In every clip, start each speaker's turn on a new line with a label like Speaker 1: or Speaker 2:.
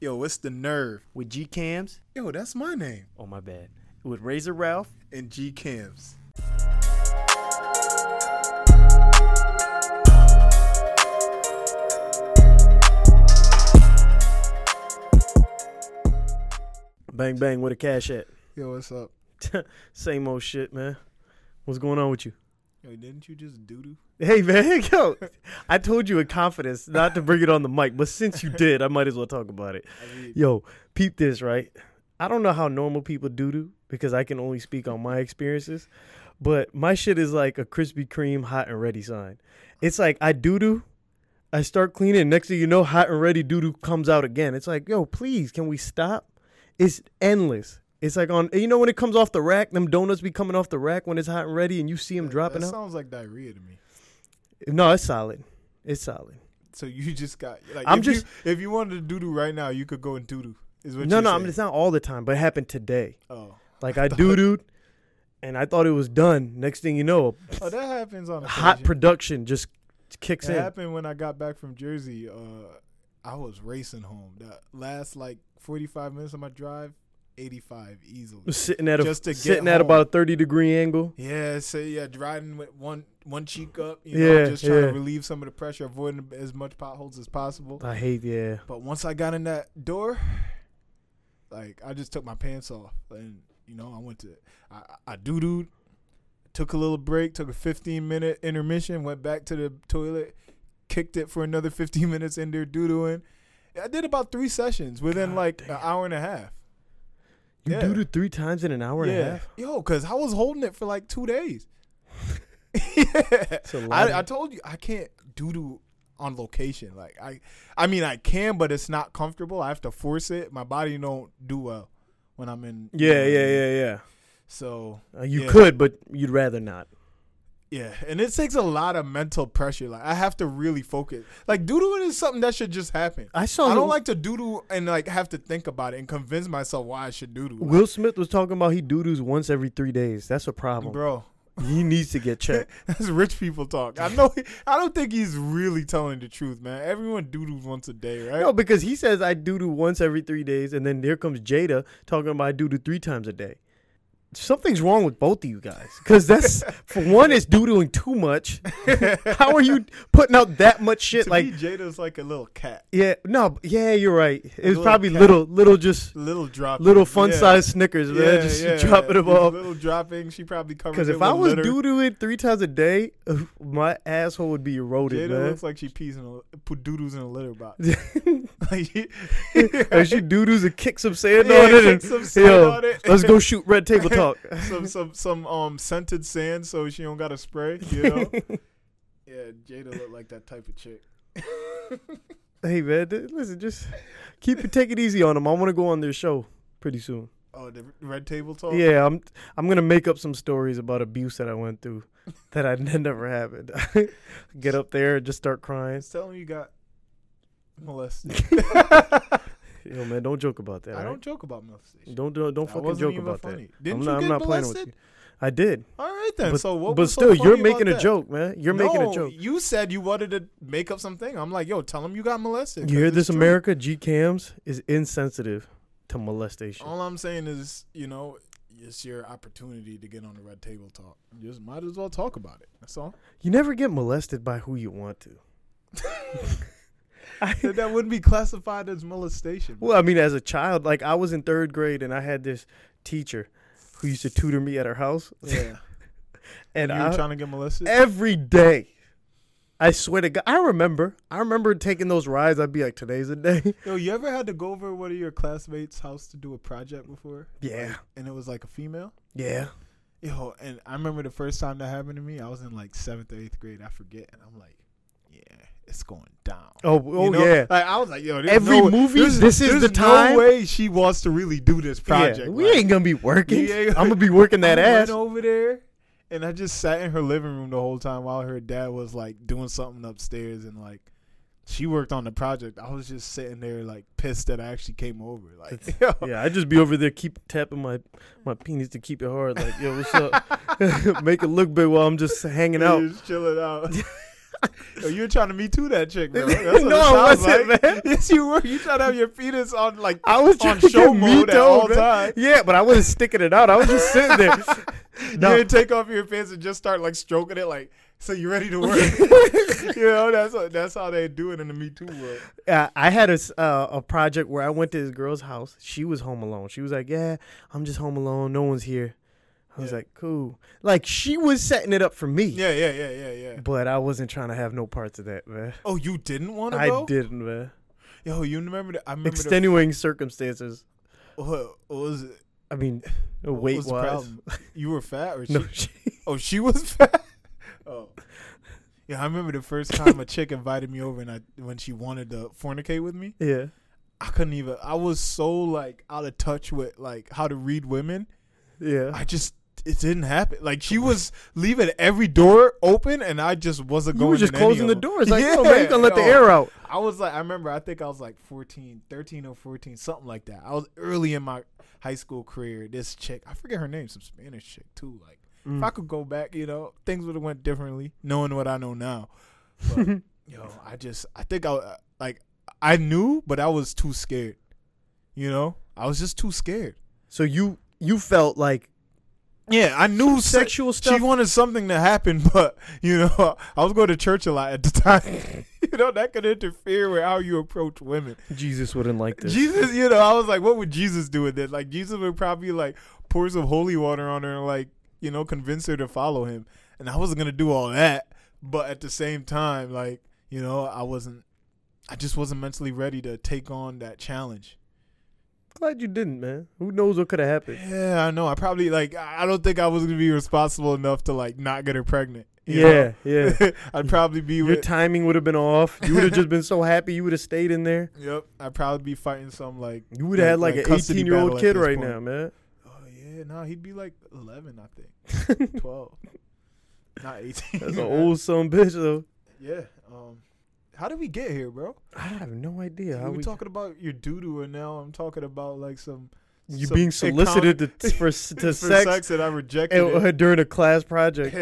Speaker 1: Yo, it's the nerve.
Speaker 2: with G Cams.
Speaker 1: Yo, that's my name.
Speaker 2: Oh my bad. With Razor Ralph.
Speaker 1: And G Cams.
Speaker 2: Bang bang with a cash at.
Speaker 1: Yo, what's up?
Speaker 2: Same old shit, man. What's going on with you?
Speaker 1: Yo, didn't you just doo doo?
Speaker 2: Hey man, yo, I told you in confidence not to bring it on the mic, but since you did, I might as well talk about it.
Speaker 1: I mean,
Speaker 2: Yo, peep this, right? I don't know how normal people do do because I can only speak on my experiences, but my shit is like a Krispy Kreme hot and ready sign. It's like I doo doo, I start cleaning, next thing you know, hot and ready doo doo comes out again. It's like, yo, please, can we stop? It's endless. It's like on, you know, when it comes off the rack, them donuts be coming off the rack when it's hot and ready and you see them
Speaker 1: that-
Speaker 2: dropping
Speaker 1: that
Speaker 2: out.
Speaker 1: sounds like diarrhea to me.
Speaker 2: No, it's solid. It's solid.
Speaker 1: So you just got like
Speaker 2: I'm
Speaker 1: if
Speaker 2: just-
Speaker 1: you, if you wanted to doo doo right now, you could go and doo doo. Is what
Speaker 2: no,
Speaker 1: you're
Speaker 2: no,
Speaker 1: saying.
Speaker 2: I'm, it's not all the time, but it happened today.
Speaker 1: oh.
Speaker 2: Like I doo dooed, and I thought it was done. Next thing you know,
Speaker 1: oh, that happens on
Speaker 2: a
Speaker 1: a
Speaker 2: hot
Speaker 1: occasion.
Speaker 2: production just kicks
Speaker 1: It
Speaker 2: in.
Speaker 1: happened when I got back from Jersey. Uh, I was racing home. That last like 45 minutes of my drive, 85 easily.
Speaker 2: Sitting at a
Speaker 1: Just to get
Speaker 2: sitting at
Speaker 1: home.
Speaker 2: about a thirty degree angle.
Speaker 1: Yeah, so yeah, riding with one one cheek up, you know,
Speaker 2: Yeah,
Speaker 1: just trying
Speaker 2: yeah.
Speaker 1: to relieve some of the pressure, avoiding as much potholes as possible.
Speaker 2: I hate yeah.
Speaker 1: But once I got in that door, like I just took my pants off, and you know, I went to I, I doo dooed, took a little break, took a fifteen minute intermission, went back to the toilet, kicked it for another fifteen minutes in there doo dooing. I did about three sessions within
Speaker 2: God
Speaker 1: like
Speaker 2: damn.
Speaker 1: an hour and a half.
Speaker 2: You
Speaker 1: Yeah.
Speaker 2: doo doo three times in an hour and a half.
Speaker 1: Yo, cause I was holding it for like two days. yeah.
Speaker 2: It's a lot.
Speaker 1: I, I
Speaker 2: of-
Speaker 1: told you I can't do do on location. Like I I mean I can, but it's not comfortable. I have to force it. My body don't do well when I'm in
Speaker 2: yeah, yeah, yeah, yeah.
Speaker 1: So
Speaker 2: Uh, you
Speaker 1: Yeah.
Speaker 2: could, but you'd rather not.
Speaker 1: yeah. And it takes a lot of mental pressure. Like I have to really focus. Like doodling is something that should just happen.
Speaker 2: I saw.
Speaker 1: I
Speaker 2: the-
Speaker 1: don't like to doodle and like have to think about it and convince myself why I should doodle.
Speaker 2: Will Smith was talking about he doo doos once every three days. That's a problem.
Speaker 1: Bro,
Speaker 2: He needs to get checked.
Speaker 1: that's rich people talk. I know. I don't think he's really telling the truth, man. Everyone doodles once a day, right?
Speaker 2: No, because he says I doo doo once every three days, and then here comes Jada talking about I doo doo three times a day. Something's wrong with both of you guys. Because that's, for one, it's doo dooing too much. How are you putting out that much shit?
Speaker 1: to
Speaker 2: like,
Speaker 1: me, Jada's like a little cat,
Speaker 2: yeah, no, but- yeah, you're right. It was
Speaker 1: Little
Speaker 2: probably
Speaker 1: cat.
Speaker 2: little, little, just
Speaker 1: little drop,
Speaker 2: little fun sized Snickers, man. just dropping them off.
Speaker 1: Little dropping. She probably covered.
Speaker 2: Because
Speaker 1: Because
Speaker 2: if I was
Speaker 1: litter.
Speaker 2: doo dooing three times a day, my asshole would be eroded,
Speaker 1: Jada
Speaker 2: man.
Speaker 1: looks like she pees in a put doodles in a litter box. Like,
Speaker 2: and she doo doos and kick some sand
Speaker 1: Yeah,
Speaker 2: on it.
Speaker 1: kick
Speaker 2: And,
Speaker 1: some sand
Speaker 2: yo,
Speaker 1: on it.
Speaker 2: Let's go shoot Red Table Talk.
Speaker 1: some some some um scented sand, so she don't got to spray. You know. yeah, Jada looked like that type of chick.
Speaker 2: Hey man, th- listen, just keep it take it easy on them. I want to go on their show pretty soon.
Speaker 1: Oh, the red table talk.
Speaker 2: Yeah, I'm I'm gonna make up some stories about abuse that I went through that I that never happened. Get up there and just start crying.
Speaker 1: Just tell him you got molested.
Speaker 2: Yo man, don't joke about that.
Speaker 1: I
Speaker 2: all
Speaker 1: don't
Speaker 2: right?
Speaker 1: joke about molestation.
Speaker 2: don't don't, don't
Speaker 1: That
Speaker 2: fucking
Speaker 1: wasn't
Speaker 2: joke
Speaker 1: even
Speaker 2: about
Speaker 1: funny.
Speaker 2: that.
Speaker 1: Didn't
Speaker 2: I'm
Speaker 1: you
Speaker 2: not, I'm
Speaker 1: get
Speaker 2: not playing with you.
Speaker 1: molested?
Speaker 2: I did,
Speaker 1: All right then.
Speaker 2: but,
Speaker 1: so what?
Speaker 2: but
Speaker 1: was so
Speaker 2: still, you're
Speaker 1: funny about
Speaker 2: making a
Speaker 1: that?
Speaker 2: joke, man. You're making
Speaker 1: No,
Speaker 2: a joke.
Speaker 1: You said you wanted to make up something. I'm like, yo, tell him you got molested.
Speaker 2: You
Speaker 1: 'cause
Speaker 2: hear
Speaker 1: it's
Speaker 2: this,
Speaker 1: true.
Speaker 2: America? G cams is insensitive to molestation.
Speaker 1: All I'm saying is, you know, it's your opportunity to get on the red table talk. You just might as well talk about it. That's all.
Speaker 2: You never get molested by who you want to. I-
Speaker 1: that that wouldn't be classified as molestation.
Speaker 2: Well, I mean, as a child, like I was in third grade and I had this teacher who used to tutor me at her house,
Speaker 1: Yeah.
Speaker 2: and
Speaker 1: you were
Speaker 2: I,
Speaker 1: trying to get molested.
Speaker 2: every day. I swear to God, I remember. I remember taking those rides. I'd be like, "Today's the day."
Speaker 1: Yo, you ever had to go over one of your classmates' house to do a project before?
Speaker 2: Yeah.
Speaker 1: Like, and it was like a female.
Speaker 2: Yeah,
Speaker 1: Yo, and I remember the first time that happened to me, I was in like seventh or eighth grade. I forget, and I'm like, yeah, it's going down.
Speaker 2: Oh,
Speaker 1: You
Speaker 2: oh,
Speaker 1: know?
Speaker 2: yeah.
Speaker 1: Like I was like, yo, there's
Speaker 2: Every
Speaker 1: no-
Speaker 2: movie,
Speaker 1: there's-
Speaker 2: this is
Speaker 1: there's
Speaker 2: the time.
Speaker 1: No way she wants to really do this project.
Speaker 2: yeah. We
Speaker 1: Like,
Speaker 2: ain't gonna be working.
Speaker 1: You ain't-
Speaker 2: I'm gonna be working that
Speaker 1: I
Speaker 2: ass.
Speaker 1: Went over there, and I just sat in her living room the whole time while her dad was like doing something upstairs, and like she worked on the project. I was just sitting there like pissed that I actually came over. Like, yo,
Speaker 2: Yeah, I just be over there, keep tapping my my penis to keep it hard. Like, yo, what's up? Make it look big while I'm just hanging out.
Speaker 1: Just chilling out. Yo, you were trying to me too that chick, bro. That's what it
Speaker 2: No, I
Speaker 1: sounds
Speaker 2: wasn't,
Speaker 1: like.
Speaker 2: man.
Speaker 1: Yes, you were. You trying to have your penis on like
Speaker 2: I was
Speaker 1: on
Speaker 2: trying to
Speaker 1: show
Speaker 2: get me
Speaker 1: mode at all
Speaker 2: man.
Speaker 1: times.
Speaker 2: Yeah, but I wasn't sticking it out. I was just sitting there.
Speaker 1: You
Speaker 2: no,
Speaker 1: didn't take off your pants and just start like stroking it, like so you ready to work. you know that's what, that's how they do it in the Me Too world.
Speaker 2: uh, I had a s- uh, a project where I went to this girl's house. She was home alone. She was like, "Yeah, I'm just home alone. No one's here." I was
Speaker 1: Yeah.
Speaker 2: like, "Cool." Like she was setting it up for me,
Speaker 1: Yeah, yeah, yeah, yeah, yeah.
Speaker 2: but I wasn't trying to have no parts of that, man.
Speaker 1: Oh, you didn't want to
Speaker 2: I
Speaker 1: go?
Speaker 2: didn't, man.
Speaker 1: Yo, you remember? The, I remember.
Speaker 2: Extenuating circumstances.
Speaker 1: the, what, what was it?
Speaker 2: I mean,
Speaker 1: What
Speaker 2: weight
Speaker 1: was the
Speaker 2: wise.
Speaker 1: problem? You were fat, or she?
Speaker 2: No, she,
Speaker 1: Oh, she was fat. Oh. Yeah, I remember the first time a chick invited me over, and I when she wanted to fornicate with me,
Speaker 2: yeah.
Speaker 1: I couldn't even. I was so like out of touch with like how to read women.
Speaker 2: Yeah.
Speaker 1: I just it didn't happen. Like she was leaving every door open, and I just wasn't
Speaker 2: You
Speaker 1: going.
Speaker 2: were just
Speaker 1: in any
Speaker 2: closing
Speaker 1: of
Speaker 2: the
Speaker 1: them.
Speaker 2: doors. Like, oh, man, you gonna let the
Speaker 1: yo.
Speaker 2: air out.
Speaker 1: I was like, I remember, I think I was like 14, 13 or fourteen, something like that. I was early in my high school career. This chick, I forget her name, some Spanish chick too. Like if I could go back, you know, things would have went differently, knowing what I know now. But yo, I just, I think I like, I knew, but I was too scared. You know, I was just too scared.
Speaker 2: So you you felt like
Speaker 1: Yeah, I knew sex.
Speaker 2: sexual
Speaker 1: She
Speaker 2: stuff.
Speaker 1: wanted something to happen, but you know, I was going to church a lot at the time. you know, that could interfere with how you approach women.
Speaker 2: Jesus wouldn't like this.
Speaker 1: Jesus, you know, I was like, what would Jesus do with this? Like, Jesus would probably like pour some holy water on her and like, you know, convince her to follow him. And I wasn't gonna do all that, but at the same time, like, you know, I wasn't, I just wasn't mentally ready to take on that challenge.
Speaker 2: Glad you didn't, man. Who knows what could have happened?
Speaker 1: Yeah, I know. I probably like. I I don't think I was gonna be responsible enough to like not get her pregnant. you
Speaker 2: Yeah,
Speaker 1: know?
Speaker 2: yeah.
Speaker 1: I'd probably be
Speaker 2: Your
Speaker 1: with.
Speaker 2: timing would have been off. You would have just been so happy. You would have stayed in there.
Speaker 1: yep, I'd probably be fighting some like.
Speaker 2: You would have had like, an
Speaker 1: custody
Speaker 2: 18 year
Speaker 1: battle
Speaker 2: old
Speaker 1: at
Speaker 2: kid
Speaker 1: this
Speaker 2: right
Speaker 1: point.
Speaker 2: now, man.
Speaker 1: Oh yeah, no, he'd be like eleven, I think,
Speaker 2: That's
Speaker 1: twelve, not eighteen.
Speaker 2: an old son bitch though.
Speaker 1: Yeah. Um, how did we get here, bro?
Speaker 2: I have no idea how
Speaker 1: we were
Speaker 2: we.
Speaker 1: talking about your doo doo, and now I'm talking about like some
Speaker 2: you
Speaker 1: some
Speaker 2: being
Speaker 1: economy-
Speaker 2: solicited to, for s-
Speaker 1: for
Speaker 2: to sex,
Speaker 1: and I rejected
Speaker 2: and-
Speaker 1: it.
Speaker 2: uh, during a class project.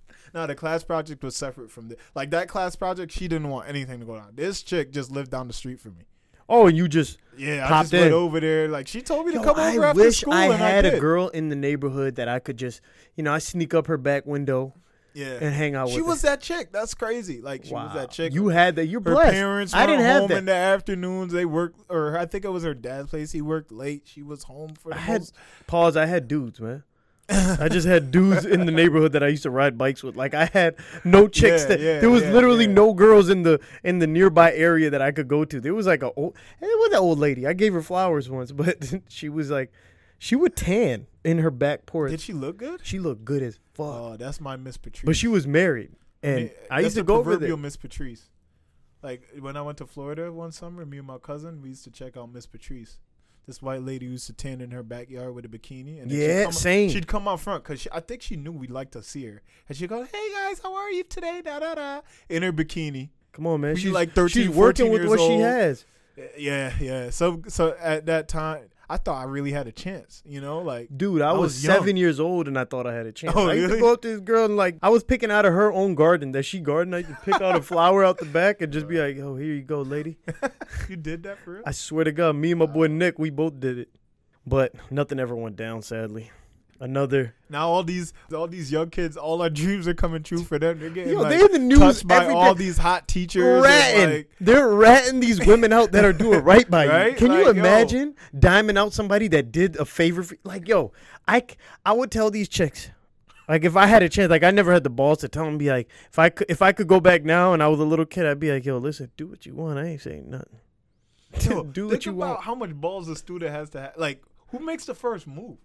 Speaker 1: no, the class project was separate from the like that class project. She didn't want anything to go down. This chick just lived down the street from me.
Speaker 2: Oh, and you just.
Speaker 1: Yeah, I
Speaker 2: Popped
Speaker 1: just went
Speaker 2: in.
Speaker 1: over there. Like she told me to
Speaker 2: Yo,
Speaker 1: come over
Speaker 2: I
Speaker 1: after
Speaker 2: wish
Speaker 1: school,
Speaker 2: I
Speaker 1: and
Speaker 2: had
Speaker 1: I
Speaker 2: a
Speaker 1: did.
Speaker 2: girl in the neighborhood that I could just, you know, I sneak up her back window
Speaker 1: yeah,
Speaker 2: and hang out with.
Speaker 1: she was that chick. That's crazy. Like she
Speaker 2: wow.
Speaker 1: was that chick.
Speaker 2: You had that. You're
Speaker 1: her
Speaker 2: blessed.
Speaker 1: parents were
Speaker 2: I didn't have
Speaker 1: home
Speaker 2: that.
Speaker 1: in the afternoons. They worked, or I think it was her dad's place. He worked late. She was home for the
Speaker 2: I had
Speaker 1: most.
Speaker 2: pause. I had dudes, man. I just had dudes in the neighborhood that I used to ride bikes with. Like I had no chicks
Speaker 1: Yeah,
Speaker 2: that
Speaker 1: yeah,
Speaker 2: there was
Speaker 1: yeah,
Speaker 2: literally
Speaker 1: yeah.
Speaker 2: no girls in the in the nearby area that I could go to. There was like a old and it was that old lady. I gave her flowers once, but she was like she would tan in her back porch.
Speaker 1: Did she look good?
Speaker 2: she looked good as fuck.
Speaker 1: Oh, that's my Miss Patrice.
Speaker 2: but she was married. And
Speaker 1: Yeah,
Speaker 2: I
Speaker 1: that's
Speaker 2: used to
Speaker 1: the
Speaker 2: go over
Speaker 1: proverbial
Speaker 2: there.
Speaker 1: Miss Patrice. Like when I went to Florida one summer, me and my cousin, we used to check out Miss Patrice. This white lady used to tan in her backyard with a bikini, and then she'd
Speaker 2: Yeah,
Speaker 1: come out-
Speaker 2: same.
Speaker 1: She'd come out front because I think she knew we'd like to see her, and she'd go, "Hey guys, how are you today?" Da da da, in her bikini.
Speaker 2: Come on, man.
Speaker 1: We
Speaker 2: She's
Speaker 1: like
Speaker 2: She's
Speaker 1: 13,
Speaker 2: working
Speaker 1: 14
Speaker 2: with
Speaker 1: years
Speaker 2: what she
Speaker 1: old.
Speaker 2: has.
Speaker 1: Yeah, yeah. So, so at that time, I thought I really had a chance. You know, like
Speaker 2: Dude, I,
Speaker 1: I
Speaker 2: was,
Speaker 1: was
Speaker 2: seven years old and I thought I had a chance.
Speaker 1: Oh,
Speaker 2: I used to
Speaker 1: really?
Speaker 2: go up to this girl and like I was picking out of her own garden that she gardened. I used to pick out a flower out the back and just be like, "Oh, here you go, lady."
Speaker 1: you did that for real.
Speaker 2: I swear to God, me and my boy Nick, we both did it, but nothing ever went down. Sadly, another.
Speaker 1: Now all these, all these young kids, all our dreams are coming true for them. They're getting
Speaker 2: Yo,
Speaker 1: like,
Speaker 2: they're in the news
Speaker 1: touched by
Speaker 2: every
Speaker 1: all
Speaker 2: day.
Speaker 1: these hot teachers. and,
Speaker 2: Ratting,
Speaker 1: like,
Speaker 2: they're ratting these women out that are doing right by you.
Speaker 1: Right?
Speaker 2: Can you
Speaker 1: Like, yo.
Speaker 2: imagine diming out somebody that did a favor? For, like, yo, I c- I would tell these chicks, Like if I had a chance, like I never had the balls to tell him. Be like, if I could, if I could go back now and I was a little kid, I'd be like, yo, listen, do what you want. I ain't saying nothing.
Speaker 1: Yo,
Speaker 2: do
Speaker 1: think
Speaker 2: what you
Speaker 1: about
Speaker 2: want.
Speaker 1: How much balls a student has to have? Like, who makes the first move?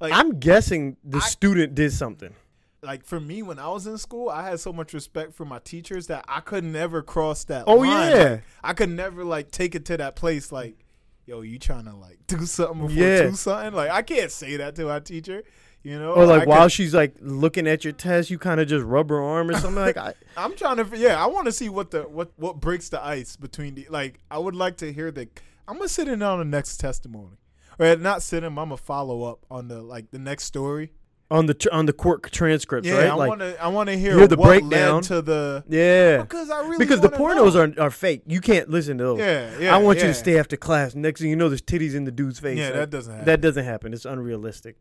Speaker 1: Like,
Speaker 2: I'm guessing the student did something.
Speaker 1: like for me, when I was in school, I had so much respect for my teachers that I could never cross that.
Speaker 2: Oh,
Speaker 1: line.
Speaker 2: yeah.
Speaker 1: Like, I could never like take it to that place. Like, yo, you trying to like do something before
Speaker 2: Yeah.
Speaker 1: do something? Like, I can't say that to our teacher. You know,
Speaker 2: Or like
Speaker 1: Oh, I
Speaker 2: while
Speaker 1: could-
Speaker 2: she's like looking at your test, you kind of just rub her arm or something. Like, I,
Speaker 1: I'm trying to. Yeah, I want to see what the what what breaks the ice between the. Like, I would like to hear the. I'm gonna sit in on the next testimony, or not sit in. I'm gonna follow up on the like the next story.
Speaker 2: on the tr- on the court transcripts,
Speaker 1: Yeah,
Speaker 2: right?
Speaker 1: I
Speaker 2: like,
Speaker 1: want to. I want to hear
Speaker 2: hear the
Speaker 1: what
Speaker 2: breakdown.
Speaker 1: led to the
Speaker 2: yeah,
Speaker 1: because I really
Speaker 2: because the
Speaker 1: wanna
Speaker 2: pornos are, are fake. You can't listen to those.
Speaker 1: Yeah, yeah,
Speaker 2: I want you
Speaker 1: yeah.
Speaker 2: to stay after class. Next thing you know, there's titties in the dude's face.
Speaker 1: Yeah,
Speaker 2: Like,
Speaker 1: that doesn't happen.
Speaker 2: That doesn't happen. It's unrealistic.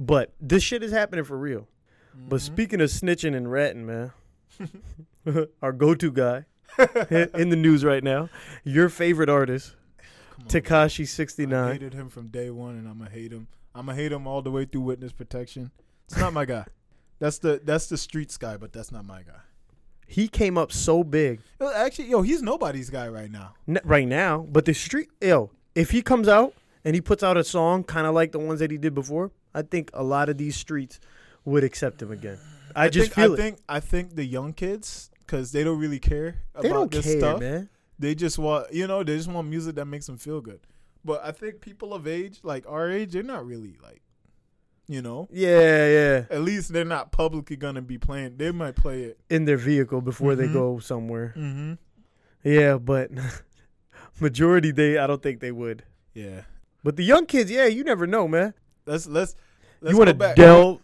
Speaker 2: But this shit is happening for real. But
Speaker 1: Mm-hmm.
Speaker 2: speaking of snitching and ratting, man, our go-to guy in the news right now, your favorite artist, Takashi sixty
Speaker 1: I
Speaker 2: nine.
Speaker 1: hated him from day one, and I'm gonna hate him. I'm gonna hate him all the way through witness protection. It's not my guy. That's the that's the streets guy, but that's not my guy.
Speaker 2: He came up so big
Speaker 1: Yo, Actually, yo, he's nobody's guy right now.
Speaker 2: n- right now, but the street, yo, if he comes out and he puts out a song kind of like the ones that he did before, I think a lot of these streets would accept him again. I, just
Speaker 1: think,
Speaker 2: feel
Speaker 1: I
Speaker 2: it.
Speaker 1: think I think the young kids because they don't really care
Speaker 2: they
Speaker 1: about
Speaker 2: don't
Speaker 1: this
Speaker 2: care,
Speaker 1: stuff.
Speaker 2: man.
Speaker 1: They just want you know they just want music that makes them feel good. But I think people of age, like our age, they're not really like, you know.
Speaker 2: Yeah, yeah.
Speaker 1: At least they're not publicly gonna be playing. They might play it.
Speaker 2: In their vehicle before they
Speaker 1: Mhm.
Speaker 2: go somewhere.
Speaker 1: Mm-hmm.
Speaker 2: Yeah, but majority they, I don't think they would.
Speaker 1: Yeah.
Speaker 2: But the young kids, yeah, you never know, man.
Speaker 1: Let's let's. let's
Speaker 2: you
Speaker 1: go
Speaker 2: want to
Speaker 1: back.
Speaker 2: delve?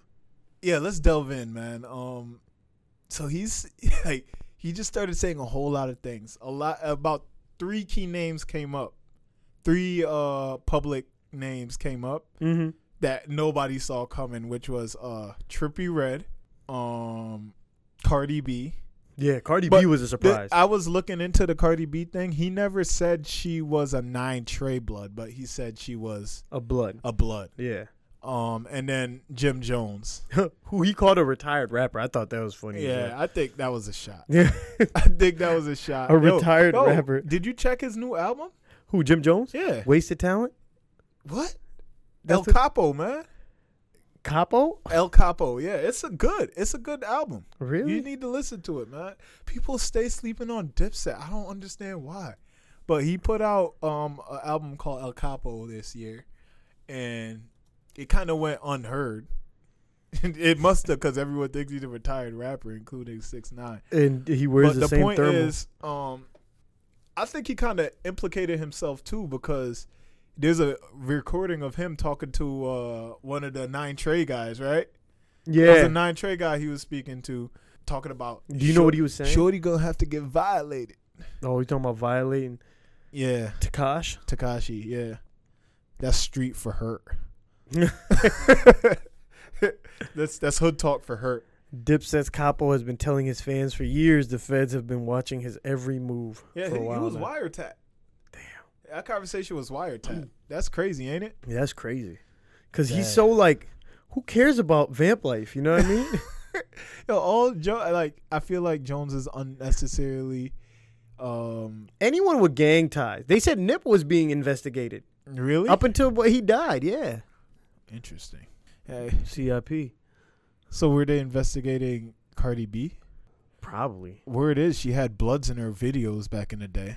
Speaker 1: yeah let's delve in man um so he's like he just started saying a whole lot of things a lot about three key names came up three uh public names came up
Speaker 2: Mm-hmm.
Speaker 1: that nobody saw coming which was uh trippy red um cardi b
Speaker 2: Yeah, Cardi
Speaker 1: But
Speaker 2: B was a
Speaker 1: Th-
Speaker 2: surprise.
Speaker 1: i was looking into the cardi b thing he never said she was a nine tray blood but he said she was
Speaker 2: a blood.
Speaker 1: a blood
Speaker 2: Yeah.
Speaker 1: um and then jim jones
Speaker 2: Who he called a retired rapper. I thought that was funny.
Speaker 1: yeah i think that was a shot
Speaker 2: Yeah.
Speaker 1: I think that was a shot.
Speaker 2: A retired rapper.
Speaker 1: Did you check his new album?
Speaker 2: Who, Jim Jones?
Speaker 1: Yeah.
Speaker 2: Wasted Talent?
Speaker 1: What? El
Speaker 2: That's a-
Speaker 1: Capo, man.
Speaker 2: Capo?
Speaker 1: El Capo. Yeah, it's a good. It's a good album.
Speaker 2: Really?
Speaker 1: You need to listen to it, man. People stay sleeping on Dipset. I don't understand why. But he put out um an album called El Capo this year, and it kind of went unheard. it must have because everyone thinks he's a retired rapper, including Six Nine.
Speaker 2: and he wears
Speaker 1: but
Speaker 2: the,
Speaker 1: the,
Speaker 2: same
Speaker 1: point
Speaker 2: thermal.
Speaker 1: is, um, I think he kind of implicated himself too because there's a recording of him talking to uh, one of the Nine Trey guys, right? It was
Speaker 2: yeah.
Speaker 1: a Nine Trey guy he was speaking to, talking about.
Speaker 2: Do you know what he was saying?
Speaker 1: Shorty gonna have to get violated.
Speaker 2: Oh, you talking about violating
Speaker 1: Yeah,
Speaker 2: Takash?
Speaker 1: Takashi. Yeah, that's street for hurt. that's that's hood talk for hurt.
Speaker 2: Dipset's Capo has been telling his fans for years the feds have been watching his every move.
Speaker 1: Yeah,
Speaker 2: for
Speaker 1: he,
Speaker 2: a
Speaker 1: he
Speaker 2: while
Speaker 1: was
Speaker 2: now.
Speaker 1: wiretapped. Damn, that conversation was wiretapped. That's crazy, ain't it?
Speaker 2: Yeah, that's crazy. Cause he's
Speaker 1: Dang.
Speaker 2: so like, who cares about vamp life? You know what I mean?
Speaker 1: Yo, all jo- like I feel like Jones is unnecessarily um
Speaker 2: Anyone with gang ties. They said Nip was being investigated
Speaker 1: really
Speaker 2: up until what he died. Yeah.
Speaker 1: interesting. Hey.
Speaker 2: CIP.
Speaker 1: So were they investigating Cardi B?
Speaker 2: Probably.
Speaker 1: Word is she had bloods in her videos back in the day.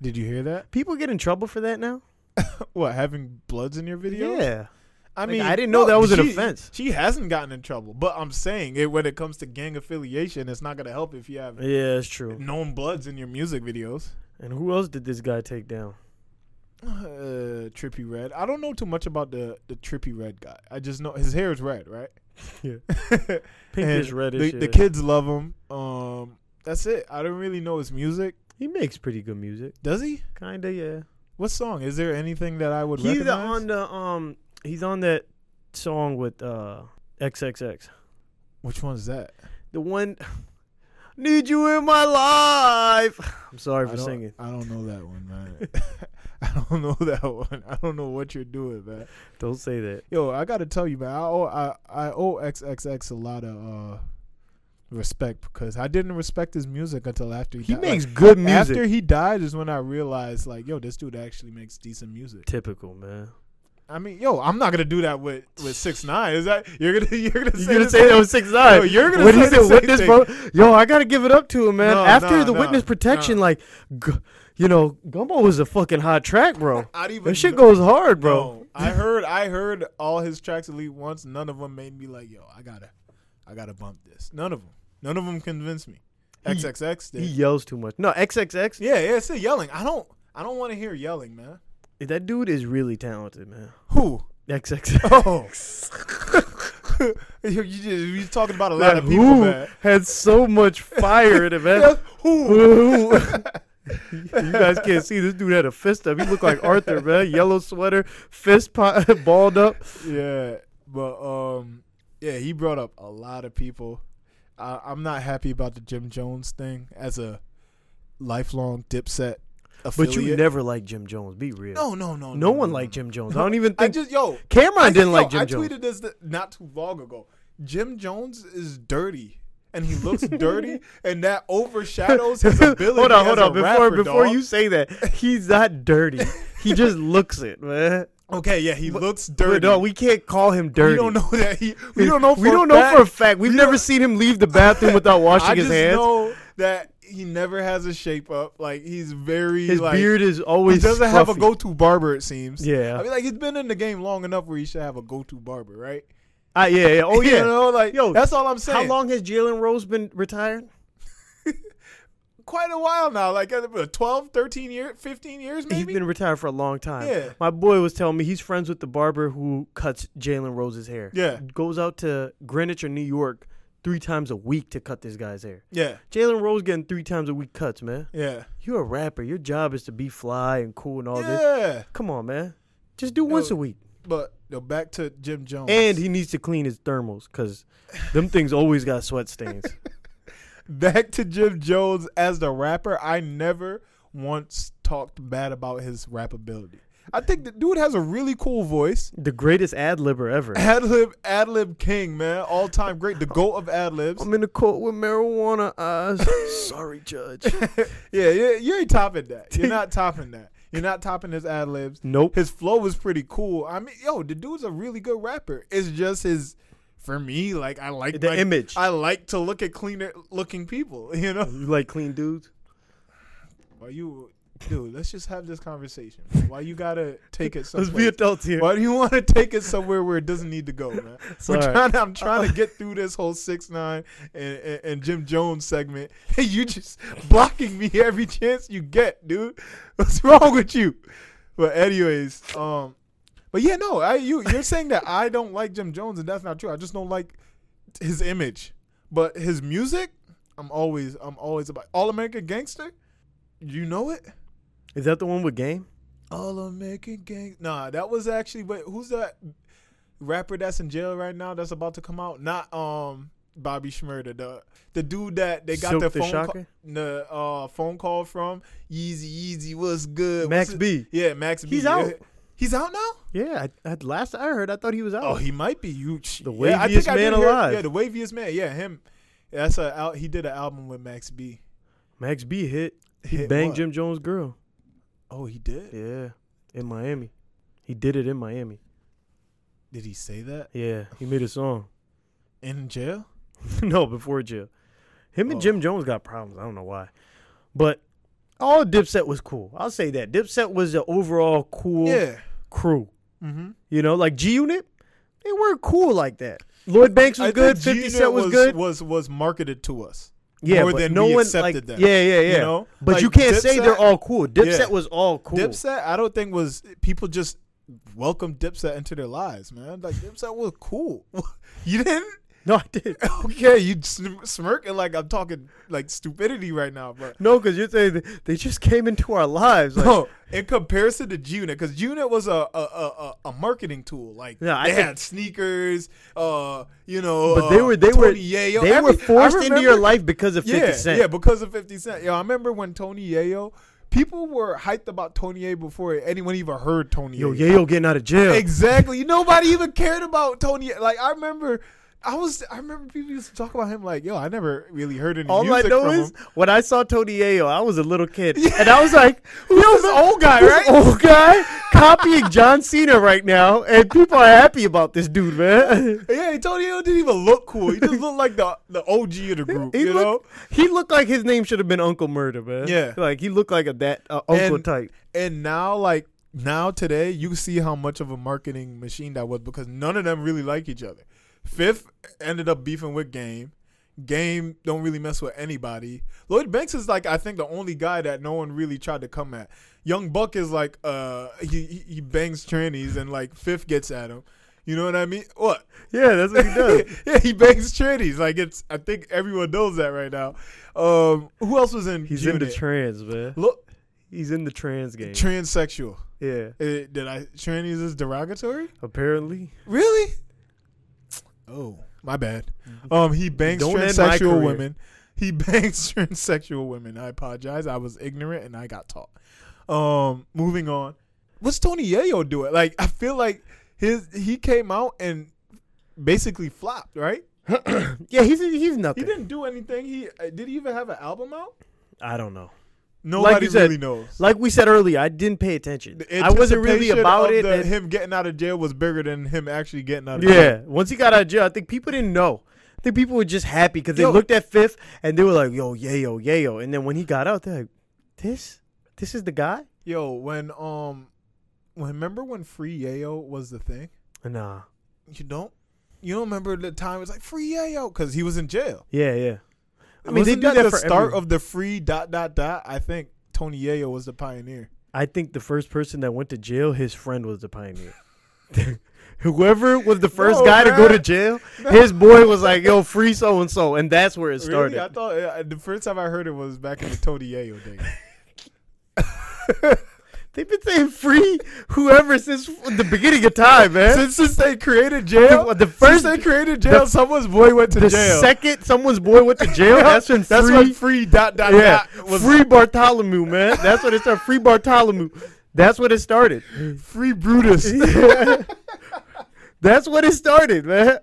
Speaker 1: Did you hear that?
Speaker 2: People get in trouble for that now.
Speaker 1: What, having bloods in your videos?
Speaker 2: Yeah.
Speaker 1: I
Speaker 2: Like,
Speaker 1: mean,
Speaker 2: I didn't know that was an offense.
Speaker 1: She hasn't gotten in trouble, but I'm saying it when it comes to gang affiliation, it's not going to help if you have
Speaker 2: Yeah, it's true.
Speaker 1: known bloods in your music videos.
Speaker 2: And who else did this guy take down?
Speaker 1: Uh, trippy red. I don't know too much about the the trippy red guy. I just know his hair is red, right?
Speaker 2: Yeah.
Speaker 1: Pink
Speaker 2: Pinkish, reddish.
Speaker 1: The,
Speaker 2: yeah.
Speaker 1: the kids love him. Um, that's it. I don't really know his music.
Speaker 2: He makes pretty good music.
Speaker 1: Does he?
Speaker 2: Kinda, yeah.
Speaker 1: What song? Is there anything that I would
Speaker 2: He's
Speaker 1: recognize?
Speaker 2: on the um. He's on that song with uh XXX.
Speaker 1: Which one's that?
Speaker 2: The one. Need you in my life. I'm sorry
Speaker 1: I
Speaker 2: for
Speaker 1: don't,
Speaker 2: singing.
Speaker 1: I don't know that one, man. I don't know that one. I don't know what you're doing, man.
Speaker 2: Don't say that.
Speaker 1: Yo, I gotta tell you, man. I owe I, I owe XXX a lot of uh, respect because I didn't respect his music until after he,
Speaker 2: He
Speaker 1: died. Like,
Speaker 2: makes good music.
Speaker 1: After he died is when I realized, like, yo, this dude actually makes decent music.
Speaker 2: Typical man.
Speaker 1: I mean, yo, I'm not gonna do that with with six nine. Is that you're gonna you're gonna
Speaker 2: You
Speaker 1: say,
Speaker 2: gonna
Speaker 1: the
Speaker 2: say
Speaker 1: same-
Speaker 2: that was six nine?
Speaker 1: Yo, you're gonna
Speaker 2: what
Speaker 1: say
Speaker 2: is
Speaker 1: the
Speaker 2: it?
Speaker 1: same
Speaker 2: Witness,
Speaker 1: thing.
Speaker 2: bro? Yo, I gotta give it up to him, man.
Speaker 1: No,
Speaker 2: After
Speaker 1: no,
Speaker 2: the
Speaker 1: no,
Speaker 2: witness protection,
Speaker 1: no.
Speaker 2: like, g- you know, Gumbo was a fucking hot track, bro.
Speaker 1: I'd even
Speaker 2: That shit
Speaker 1: know-
Speaker 2: goes hard, bro.
Speaker 1: No, I heard I heard all his tracks at least once. None of them made me like, yo, I gotta I gotta bump this. None of them. None of them convinced me.
Speaker 2: He-
Speaker 1: XXX did.
Speaker 2: He yells too much. No, XXX.
Speaker 1: yeah, yeah, it's the yelling. I don't I don't want to hear yelling, man.
Speaker 2: That dude is really talented, man.
Speaker 1: Who?
Speaker 2: XXX.
Speaker 1: Oh. you just you talking about a lot
Speaker 2: That
Speaker 1: of people,
Speaker 2: who
Speaker 1: man.
Speaker 2: had so much fire in it, man.
Speaker 1: That's who?
Speaker 2: Who? you guys can't see this dude had a fist up. He looked like Arthur, man. Yellow sweater, fist po- balled up.
Speaker 1: Yeah, but um, yeah, he brought up a lot of people. I, I'm not happy about the Jim Jones thing as a lifelong Dipset affiliate.
Speaker 2: But you never liked Jim Jones. Be real.
Speaker 1: no, no, no,
Speaker 2: no one liked Jim Jones. I don't even
Speaker 1: I
Speaker 2: think
Speaker 1: just yo,
Speaker 2: Cameron
Speaker 1: I-
Speaker 2: didn't
Speaker 1: yo,
Speaker 2: like Jim
Speaker 1: I
Speaker 2: Jones.
Speaker 1: tweeted this th- not too long ago. Jim Jones is dirty, and he looks dirty, and that overshadows his ability.
Speaker 2: hold on, hold
Speaker 1: as a
Speaker 2: on. Before
Speaker 1: rapper,
Speaker 2: before
Speaker 1: dog.
Speaker 2: you say that, he's not dirty. he just looks it, man.
Speaker 1: okay, yeah, he looks dirty.
Speaker 2: But no, we can't call him dirty.
Speaker 1: We don't know that he. We don't know. For
Speaker 2: we
Speaker 1: a
Speaker 2: don't know
Speaker 1: fact-
Speaker 2: for a fact. We've never seen him leave the bathroom without washing
Speaker 1: I
Speaker 2: his
Speaker 1: just
Speaker 2: hands.
Speaker 1: know that he never has a shape up. Like he's very
Speaker 2: his
Speaker 1: like
Speaker 2: beard is
Speaker 1: he
Speaker 2: always.
Speaker 1: doesn't have a
Speaker 2: fluffy.
Speaker 1: go-to barber. It seems.
Speaker 2: Yeah.
Speaker 1: I mean, like he's been in the game long enough where he should have a go-to barber, right?
Speaker 2: Ah, yeah, yeah. Oh, yeah.
Speaker 1: you know, like
Speaker 2: Yo,
Speaker 1: that's all I'm saying.
Speaker 2: How long has Jalen Rose been retired?
Speaker 1: Quite a while now, like uh, 12, 13 years, fifteen years, maybe.
Speaker 2: He's been retired for a long time.
Speaker 1: Yeah.
Speaker 2: My boy was telling me he's friends with the barber who cuts Jalen Rose's hair.
Speaker 1: Yeah.
Speaker 2: Goes out to Greenwich or New York three times a week to cut this guy's hair.
Speaker 1: yeah,
Speaker 2: Jalen Rose getting three times a week cuts, man.
Speaker 1: yeah,
Speaker 2: You're a rapper. Your job is to be fly and cool and all this.
Speaker 1: yeah.
Speaker 2: Come on, man. Just do once a week.
Speaker 1: But yo, back to Jim Jones.
Speaker 2: And he needs to clean his thermals because them things always got sweat stains.
Speaker 1: back to Jim Jones as the rapper. I never once talked bad about his rap ability. I think the dude has a really cool voice.
Speaker 2: the greatest ad libber ever.
Speaker 1: Ad lib, ad lib king, man, all time great, the goat of ad libs.
Speaker 2: I'm in the court with marijuana eyes. Sorry, judge.
Speaker 1: Yeah, yeah, you ain't topping that. You're not topping that. You're not topping his ad libs.
Speaker 2: Nope.
Speaker 1: His flow was pretty cool. I mean, yo, the dude's a really good rapper. It's just his, for me, like I like
Speaker 2: The
Speaker 1: like-
Speaker 2: image.
Speaker 1: I like to look at cleaner looking people. You know,
Speaker 2: You like clean dudes?
Speaker 1: why you, dude? Let's just have this conversation. Why you gotta take it?
Speaker 2: Let's
Speaker 1: Someplace?
Speaker 2: be adults here.
Speaker 1: Why do you want to take it somewhere where it doesn't need to go, man? We're
Speaker 2: Sorry.
Speaker 1: trying to, I'm trying to get through this whole six nine and, and, and Jim Jones segment. Hey, you just blocking me every chance you get, dude. What's wrong with you? But anyways, um, but yeah, no, I you you're saying that I don't like Jim Jones, and that's not true. I just don't like his image, but his music, I'm always I'm always about All American Gangster. You know it.
Speaker 2: Is that the one with game?
Speaker 1: All American Gang. Nah, that was actually. But who's that rapper that's in jail right now? That's about to come out. Not um Bobby Schmurda, the the dude that they got
Speaker 2: Silk
Speaker 1: the
Speaker 2: the
Speaker 1: phone call,
Speaker 2: Shocker?
Speaker 1: the uh, phone call from. Easy, Easy, what's good?
Speaker 2: Max
Speaker 1: What's
Speaker 2: B.
Speaker 1: Yeah, Max B.
Speaker 2: He's
Speaker 1: Yeah.
Speaker 2: out. Oh.
Speaker 1: He's out now.
Speaker 2: Yeah, I, I, last I heard, I thought he was out.
Speaker 1: Oh, he might be. You the
Speaker 2: waviest man alive.
Speaker 1: yeah, the waviest man. Yeah, him. That's a out. He did an album with Max B.
Speaker 2: Max B hit. He
Speaker 1: Hit
Speaker 2: banged
Speaker 1: what?
Speaker 2: Jim Jones' girl.
Speaker 1: Oh, he did.
Speaker 2: Yeah, in Miami. He did it in Miami.
Speaker 1: Did he say that
Speaker 2: Yeah, he made a song.
Speaker 1: in jail?
Speaker 2: no, before Jim. Him and
Speaker 1: Oh.
Speaker 2: Jim Jones got problems. I don't know why. But all Dipset was cool. I'll say that. Dipset was the overall cool
Speaker 1: Yeah.
Speaker 2: crew.
Speaker 1: Mm-hmm.
Speaker 2: You know, like G Unit, they weren't cool like that. Lloyd Banks was
Speaker 1: I
Speaker 2: good.
Speaker 1: think
Speaker 2: 50
Speaker 1: G-Unit
Speaker 2: Cent was, good.
Speaker 1: Was was marketed to us.
Speaker 2: yeah,
Speaker 1: more
Speaker 2: but
Speaker 1: than
Speaker 2: no
Speaker 1: we
Speaker 2: one
Speaker 1: accepted that,
Speaker 2: like, Yeah, yeah, yeah.
Speaker 1: you know?
Speaker 2: But
Speaker 1: Like,
Speaker 2: you can't say they're
Speaker 1: Dipset-
Speaker 2: all cool. Dipset
Speaker 1: Yeah.
Speaker 2: was all cool.
Speaker 1: Dipset, I don't think was people just welcomed Dipset into their lives, man. Like Dipset was cool. you didn't?
Speaker 2: No, I did.
Speaker 1: Okay, you sm- smirking like I'm talking like stupidity right now, but
Speaker 2: No, because you're saying that they just came into our lives. Like,
Speaker 1: no. In comparison to Unit, because Unit was a a, a a a marketing tool. Like
Speaker 2: Yeah, I
Speaker 1: they
Speaker 2: think-
Speaker 1: had sneakers, uh, you know.
Speaker 2: but they
Speaker 1: uh,
Speaker 2: were they were
Speaker 1: Tony Yayo.
Speaker 2: they
Speaker 1: Every-
Speaker 2: were forced
Speaker 1: I
Speaker 2: into your
Speaker 1: remember-
Speaker 2: life because of Fifty
Speaker 1: yeah,
Speaker 2: Cent.
Speaker 1: Yeah, because of 50 Cent. Yo, I remember when Tony Yayo, people were hyped about Tony Yayo before anyone even heard Tony
Speaker 2: Yo,
Speaker 1: Yayo.
Speaker 2: Yayo getting out of jail.
Speaker 1: Exactly. Nobody even cared about Tony. Like I remember, I was I remember people used to talk about him like, yo, I never really heard any
Speaker 2: All I
Speaker 1: music
Speaker 2: know
Speaker 1: from
Speaker 2: is
Speaker 1: him.
Speaker 2: when I saw Tony Ayo, I was a little kid, and I was like, "Yo, this
Speaker 1: old guy, right?"
Speaker 2: Old guy copying John Cena right now, and people are happy about this dude, man."
Speaker 1: Yeah, Tony Yayo didn't even look cool. He just looked like the the OG of the group,
Speaker 2: He
Speaker 1: you know.
Speaker 2: looked, he looked like his name should have been Uncle Murder, man.
Speaker 1: Yeah.
Speaker 2: like he looked like a that uh, uncle
Speaker 1: And-
Speaker 2: type.
Speaker 1: And now, like now today, you see how much of a marketing machine that was because none of them really like each other. Fifth ended up beefing with Game. Game don't really mess with anybody. Lloyd Banks is like I think the only guy that no one really tried to come at. Young Buck is like uh he he he bangs trannies and like Fifth gets at him. You know what I mean? What?
Speaker 2: Yeah, that's what he does.
Speaker 1: yeah, he bangs trannies. Like it's. I think everyone knows that right now. Um, who else was in?
Speaker 2: He's
Speaker 1: Unit?
Speaker 2: into trans, man.
Speaker 1: Look,
Speaker 2: He's in the trans game.
Speaker 1: transsexual.
Speaker 2: yeah,
Speaker 1: Uh, did I trannies is derogatory?
Speaker 2: apparently.
Speaker 1: Really? Oh, my bad. Um, he bangs
Speaker 2: Mm-hmm. Don't end my
Speaker 1: transsexual
Speaker 2: career.
Speaker 1: women. He bangs transsexual women. I apologize. I was ignorant and I got taught. Um, moving on. What's Tony Yayo doing? Like, I feel like his he came out and basically flopped. Right?
Speaker 2: Yeah, he's
Speaker 1: He
Speaker 2: he's nothing.
Speaker 1: didn't do anything. He uh, did he even have an album out?
Speaker 2: I don't know.
Speaker 1: Nobody
Speaker 2: you said,
Speaker 1: really knows.
Speaker 2: Like we said earlier, I didn't pay attention.
Speaker 1: The
Speaker 2: I wasn't really
Speaker 1: anticipation
Speaker 2: about
Speaker 1: of
Speaker 2: it.
Speaker 1: the-
Speaker 2: and-
Speaker 1: him getting out of jail was bigger than him actually getting out of jail.
Speaker 2: yeah, once he got out of jail, I think people didn't know. I think people were just happy because they
Speaker 1: Yo.
Speaker 2: looked at Fifth and they were like, "Yo, yeah, yo, yeah, yo." And then when he got out, they're like, "This, this is the guy."
Speaker 1: Yo, when um, when remember when Free Yayo was the thing?
Speaker 2: Nah.
Speaker 1: You don't, you don't remember the time it was like Free Yayo because he was in jail.
Speaker 2: Yeah, yeah. I mean,
Speaker 1: Wasn't
Speaker 2: they do that,
Speaker 1: the
Speaker 2: for
Speaker 1: start
Speaker 2: everyone.
Speaker 1: of the free dot dot dot. I think Tony Yayo was the pioneer.
Speaker 2: I think the first person that went to jail, his friend was the pioneer. Whoever was the first
Speaker 1: No,
Speaker 2: guy to go
Speaker 1: bruh.
Speaker 2: to jail, his boy was like, "Yo, free so and so," and that's where it started.
Speaker 1: Really? I thought uh, the first time I heard it was back in the Tony Yayo days.
Speaker 2: They've been saying free whoever since the beginning of time, man.
Speaker 1: since, since they created jail,
Speaker 2: The- the
Speaker 1: since
Speaker 2: first-
Speaker 1: they created jail,
Speaker 2: the-
Speaker 1: someone's boy went to
Speaker 2: the
Speaker 1: jail.
Speaker 2: second someone's boy went to jail, that's when
Speaker 1: That's
Speaker 2: free,
Speaker 1: when free dot dot
Speaker 2: yeah,
Speaker 1: dot was
Speaker 2: free Bartholomew, man. That's when it started. Free Bartholomew. That's when it started.
Speaker 1: free Brutus.
Speaker 2: That's when it started, man.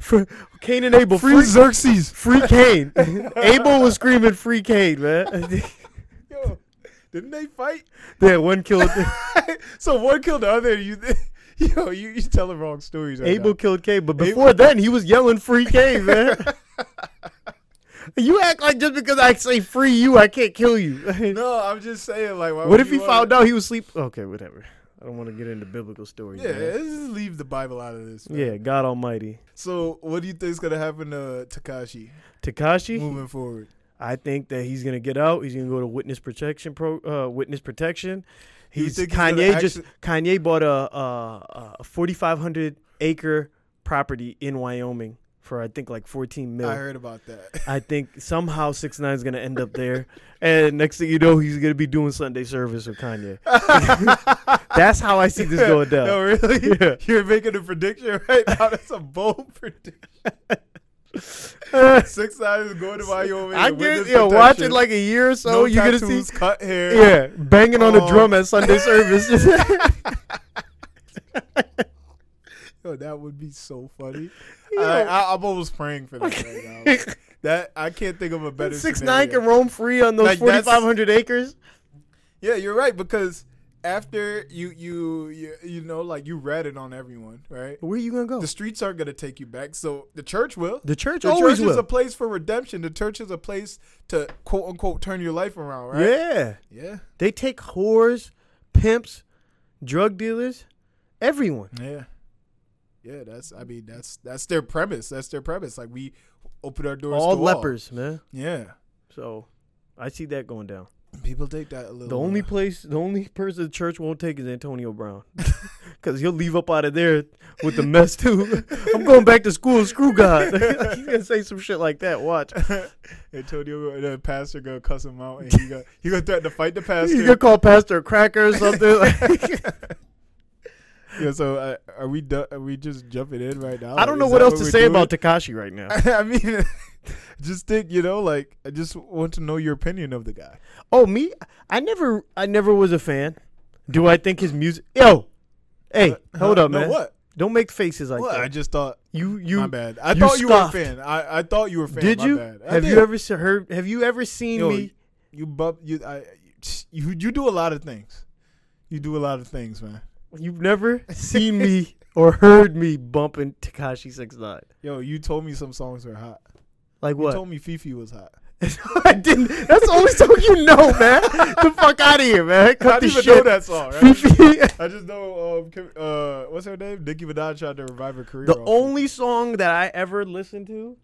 Speaker 2: For Cain and Abel,
Speaker 1: Free
Speaker 2: free,
Speaker 1: Xerxes.
Speaker 2: free Cain. Abel was screaming, "Free Cain, man!"
Speaker 1: Yo, didn't they fight?
Speaker 2: yeah, one killed
Speaker 1: so one killed the other. You, yo, you, you tell the wrong stories. Right
Speaker 2: Abel
Speaker 1: now.
Speaker 2: killed Cain, but before then he was yelling, "Free Cain, man!" you act like just because I say "free you," I can't kill you.
Speaker 1: No, I'm just saying. Like, why
Speaker 2: What
Speaker 1: would
Speaker 2: if
Speaker 1: Oh,
Speaker 2: he
Speaker 1: you wanna-
Speaker 2: found out he was sleep? Okay, whatever. I don't want to get into biblical stories.
Speaker 1: Yeah,
Speaker 2: man.
Speaker 1: let's just leave the Bible out of this. man.
Speaker 2: yeah. God Almighty,
Speaker 1: So, what do you think's gonna happen to Takashi
Speaker 2: Takashi.
Speaker 1: moving forward?
Speaker 2: I think that he's gonna get out. He's gonna go to witness protection pro. Uh, witness protection.
Speaker 1: Do you
Speaker 2: He's
Speaker 1: think he's gonna
Speaker 2: Kanye just
Speaker 1: actu-
Speaker 2: Kanye bought a a, a forty five hundred acre property in Wyoming for I think like fourteen mil.
Speaker 1: I heard about that.
Speaker 2: I think somehow Six Nine's gonna end up there, and next thing you know, he's gonna be doing Sunday service with Kanye. That's how I see this going down.
Speaker 1: No, really?
Speaker 2: Yeah.
Speaker 1: You're making a prediction right now. That's a bold prediction. Six Nine is going to Wyoming.
Speaker 2: I
Speaker 1: to
Speaker 2: get
Speaker 1: witness
Speaker 2: yeah. Watch it
Speaker 1: protection.
Speaker 2: like a year or so.
Speaker 1: no
Speaker 2: you're gonna see
Speaker 1: tattoos, cut hair.
Speaker 2: yeah, banging on a
Speaker 1: Oh.
Speaker 2: drum at Sunday service.
Speaker 1: Yo, that would be so funny. I, I, I'm almost praying for that right now. Like, That I can't think of a better.
Speaker 2: Six
Speaker 1: Six
Speaker 2: nine can roam free on those
Speaker 1: Like,
Speaker 2: forty
Speaker 1: that's-
Speaker 2: five hundred acres.
Speaker 1: Yeah, you're right because after you, you you you know like you read it on everyone, right?
Speaker 2: Where are you gonna go?
Speaker 1: The
Speaker 2: The,
Speaker 1: streets aren't gonna take you back, so the church will.
Speaker 2: church
Speaker 1: The
Speaker 2: always
Speaker 1: church is
Speaker 2: will.
Speaker 1: a place for redemption. The church is a place to quote unquote turn your life around, right?
Speaker 2: Yeah,
Speaker 1: Yeah.
Speaker 2: they take whores, pimps, drug dealers, everyone.
Speaker 1: Yeah. Yeah, that's I mean that's that's their premise. That's their premise. Like we open our doors
Speaker 2: all
Speaker 1: to
Speaker 2: lepers, man.
Speaker 1: Yeah.
Speaker 2: So I see that going down.
Speaker 1: People take that a little
Speaker 2: The only
Speaker 1: uh,
Speaker 2: place, the only person the church won't take is Antonio Brown, because he'll leave up out of there with the mess too. I'm going back to school. Screw God. He's gonna say some shit like that. Watch.
Speaker 1: Antonio, the pastor, gonna cuss him out, and he gonna he gonna threaten to fight the
Speaker 2: He's gonna
Speaker 1: pastor.
Speaker 2: call Pastor a Cracker or something. Like,
Speaker 1: yeah, so uh, are we? Do- are we just jumping in right now?
Speaker 2: I don't know
Speaker 1: Is
Speaker 2: what
Speaker 1: that
Speaker 2: else to
Speaker 1: we're
Speaker 2: say
Speaker 1: doing?
Speaker 2: about Takashi right now.
Speaker 1: I mean, just think, you know, like I just want to know your opinion of the guy.
Speaker 2: Oh me, I never, I never was a fan. Do I think his music? Yo, hey, hold
Speaker 1: Uh, Huh?
Speaker 2: up,
Speaker 1: no,
Speaker 2: man.
Speaker 1: What?
Speaker 2: Don't make faces like
Speaker 1: what? I
Speaker 2: that.
Speaker 1: just thought.
Speaker 2: you, you.
Speaker 1: my bad. I
Speaker 2: you
Speaker 1: thought you were a
Speaker 2: scoffed.
Speaker 1: fan. I, I thought you were a fan.
Speaker 2: Did
Speaker 1: my
Speaker 2: you?
Speaker 1: Bad. I
Speaker 2: Have
Speaker 1: did.
Speaker 2: you ever se- heard? Have you ever seen
Speaker 1: Yo,
Speaker 2: me?
Speaker 1: You bump. You I. You you do a lot of things. You do a lot of things, man.
Speaker 2: You've never seen me or heard me bumping Takashi Six Nine.
Speaker 1: Yo, you told me some songs were hot.
Speaker 2: Like
Speaker 1: You
Speaker 2: what?
Speaker 1: told me Fifi was hot.
Speaker 2: I didn't. That's the only song you know, man. the fuck out of here, man. Cut
Speaker 1: I
Speaker 2: this
Speaker 1: didn't even
Speaker 2: shit.
Speaker 1: know that song. Right?
Speaker 2: Fifi.
Speaker 1: I just know um, Kim- uh, what's her name? Nicki Minaj tried to revive her career.
Speaker 2: the
Speaker 1: off of-
Speaker 2: only song that I ever listened to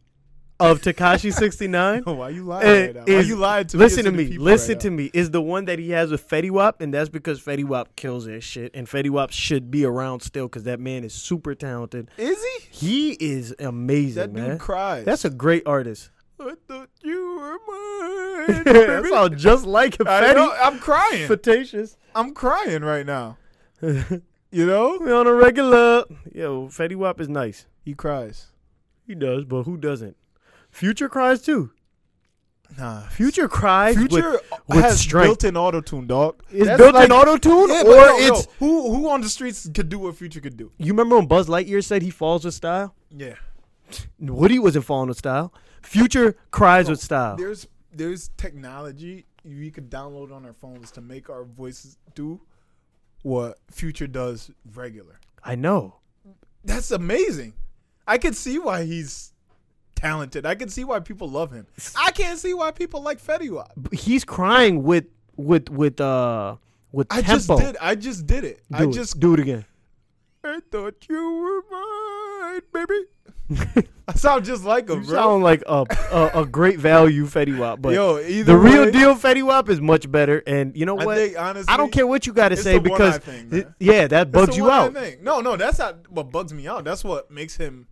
Speaker 2: of Takashi 69
Speaker 1: Why you lying
Speaker 2: eh,
Speaker 1: right now? Why
Speaker 2: is-
Speaker 1: you lying to
Speaker 2: listen
Speaker 1: me?
Speaker 2: to me. Listen to me. Is the one that he has with Fetty Wap, and that's because Fetty Wap kills his shit, and Fetty Wap should be around still because that man is super talented.
Speaker 1: me. Is he?
Speaker 2: He is amazing,
Speaker 1: That
Speaker 2: man.
Speaker 1: dude cries.
Speaker 2: that's a great artist.
Speaker 1: I thought you were mine.
Speaker 2: that
Speaker 1: baby.
Speaker 2: sounds just like him.
Speaker 1: I know,
Speaker 2: Fetty.
Speaker 1: I'm crying.
Speaker 2: Fatatious.
Speaker 1: I'm crying right now. You know?
Speaker 2: We on a regular. Yo, Fetty Wap is nice.
Speaker 1: He cries.
Speaker 2: He does, but who doesn't? Future cries too.
Speaker 1: Nah.
Speaker 2: Future cries. with-
Speaker 1: Future
Speaker 2: with
Speaker 1: has
Speaker 2: strength.
Speaker 1: built-in auto tune, dog.
Speaker 2: It's
Speaker 1: That's
Speaker 2: built
Speaker 1: like-
Speaker 2: in auto tune,
Speaker 1: Yeah, but
Speaker 2: or
Speaker 1: no, no.
Speaker 2: it's.
Speaker 1: who who on the streets could do what Future could do.
Speaker 2: You remember when Buzz Lightyear said he falls with style?
Speaker 1: Yeah.
Speaker 2: Woody wasn't falling with style. Future cries with style.
Speaker 1: There's there's technology we could download on our phones to make our voices do what Future does regular.
Speaker 2: I know.
Speaker 1: That's amazing. I could see why he's talented. I could see why people love him. I can't see why people like Fetty Wap.
Speaker 2: But He's crying with with with uh with
Speaker 1: I just
Speaker 2: tempo.
Speaker 1: did. I just did it.
Speaker 2: Do
Speaker 1: I
Speaker 2: it.
Speaker 1: just
Speaker 2: do it again.
Speaker 1: I thought you were mine, baby. I sound just like him,
Speaker 2: You
Speaker 1: bro.
Speaker 2: sound like a, a a great value Fetty Wap, but
Speaker 1: Yo, either
Speaker 2: the real
Speaker 1: way,
Speaker 2: deal Fetty Wap is much better. And you know
Speaker 1: I
Speaker 2: what?
Speaker 1: think honestly,
Speaker 2: I don't care what you got to
Speaker 1: it's
Speaker 2: say
Speaker 1: the one-eye
Speaker 2: because
Speaker 1: thing,
Speaker 2: th-
Speaker 1: man.
Speaker 2: yeah, that
Speaker 1: that's
Speaker 2: bugs
Speaker 1: the
Speaker 2: you
Speaker 1: one-eye
Speaker 2: out.
Speaker 1: thing. No, no, that's not what bugs me out. That's what makes him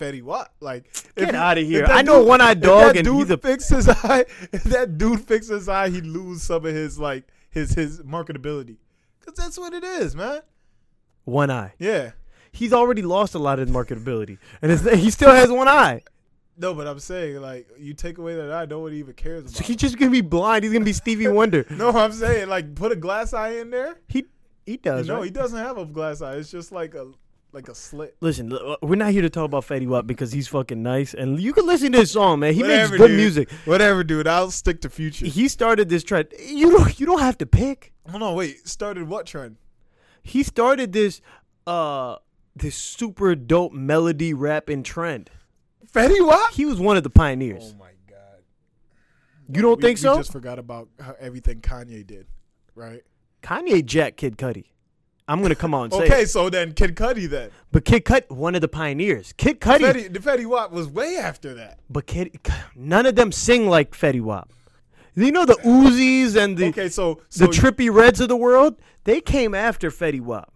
Speaker 1: Fetty Wap. Like,
Speaker 2: Get
Speaker 1: he-
Speaker 2: outta here.
Speaker 1: if that
Speaker 2: I know
Speaker 1: dude-
Speaker 2: one-eyed
Speaker 1: if
Speaker 2: dog
Speaker 1: that
Speaker 2: and
Speaker 1: dude
Speaker 2: he's a-
Speaker 1: fix his eye. If that dude fixes his eye, he lose some of his like his his marketability. Cause that's what it is, man.
Speaker 2: One eye.
Speaker 1: Yeah.
Speaker 2: He's already lost a lot of marketability, and it's, he still has one eye.
Speaker 1: No, but I'm saying like you take away that eye, no one even cares about.
Speaker 2: So he's just gonna be blind. He's gonna be Stevie Wonder.
Speaker 1: it. No, I'm saying like put a glass eye in there.
Speaker 2: He he does.
Speaker 1: no,
Speaker 2: right?
Speaker 1: he doesn't have a glass eye. It's just like a like a slit.
Speaker 2: Listen, l- uh, we're not here to talk about Fetty Wap because he's fucking nice, and you can listen to his song, man. He
Speaker 1: Whatever,
Speaker 2: makes good
Speaker 1: dude.
Speaker 2: music.
Speaker 1: Whatever, dude. I'll stick to future.
Speaker 2: He started this trend. You don't you don't have to pick.
Speaker 1: Hold on, wait. Started what trend?
Speaker 2: He started this uh this super dope melody rapping trend.
Speaker 1: Fetty Wap.
Speaker 2: He was one of the pioneers.
Speaker 1: Oh my god.
Speaker 2: you don't
Speaker 1: we,
Speaker 2: think
Speaker 1: we
Speaker 2: so?
Speaker 1: just forgot about how everything Kanye did, right?
Speaker 2: Kanye Jack Kid Cudi. I'm gonna come out and say
Speaker 1: Okay,
Speaker 2: it.
Speaker 1: so then Kid Cudi then.
Speaker 2: But Kid Cudi, one of the pioneers. Kid Cudi,
Speaker 1: Fetty, the Fetty Wap was way after that.
Speaker 2: but Kid, none of them sing like Fetty Wap. You know the Uzis and the
Speaker 1: Okay, so so
Speaker 2: the trippy reds of the world, they came after Fetty Wap.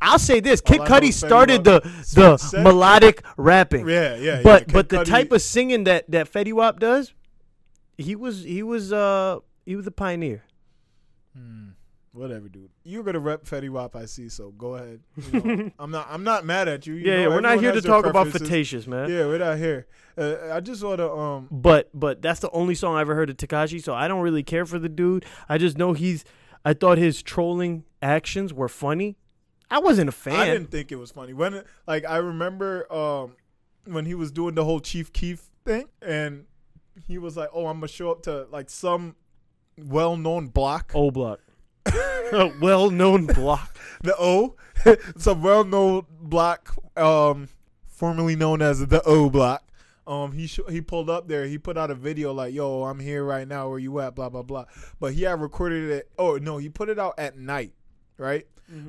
Speaker 2: I'll say this: Kid
Speaker 1: I know
Speaker 2: Cudi
Speaker 1: is Fetty
Speaker 2: started the
Speaker 1: Wap
Speaker 2: the
Speaker 1: said-
Speaker 2: melodic rapping,
Speaker 1: yeah, yeah,
Speaker 2: but
Speaker 1: yeah.
Speaker 2: but the type of singing that that Fetty Wap does, he was he was uh he was a pioneer.
Speaker 1: whatever, dude. You're gonna rep Fetty Wap, I see. So go ahead. You know, I'm not I'm not mad at you. you
Speaker 2: yeah,
Speaker 1: know,
Speaker 2: yeah, we're not
Speaker 1: everyone
Speaker 2: here to
Speaker 1: has their
Speaker 2: talk about
Speaker 1: preferences.
Speaker 2: Fatatious, man.
Speaker 1: Yeah, we're not here. Uh, I just want to um.
Speaker 2: But but that's the only song I ever heard of Takashi, so I don't really care for the dude. I just know he's. I thought his trolling actions were funny. I wasn't a fan.
Speaker 1: I didn't think it was funny when like I remember um when he was doing the whole Chief Keef thing and he was like, "Oh, I'm gonna show up to like some well-known block,
Speaker 2: O block, a well-known block.
Speaker 1: the O, some well-known block, um, formerly known as the O block." Um, he sh- he pulled up there. He put out a video like, "Yo, I'm here right now. Where you at?" Blah blah blah. But he had recorded it. Oh no, he put it out at night, right?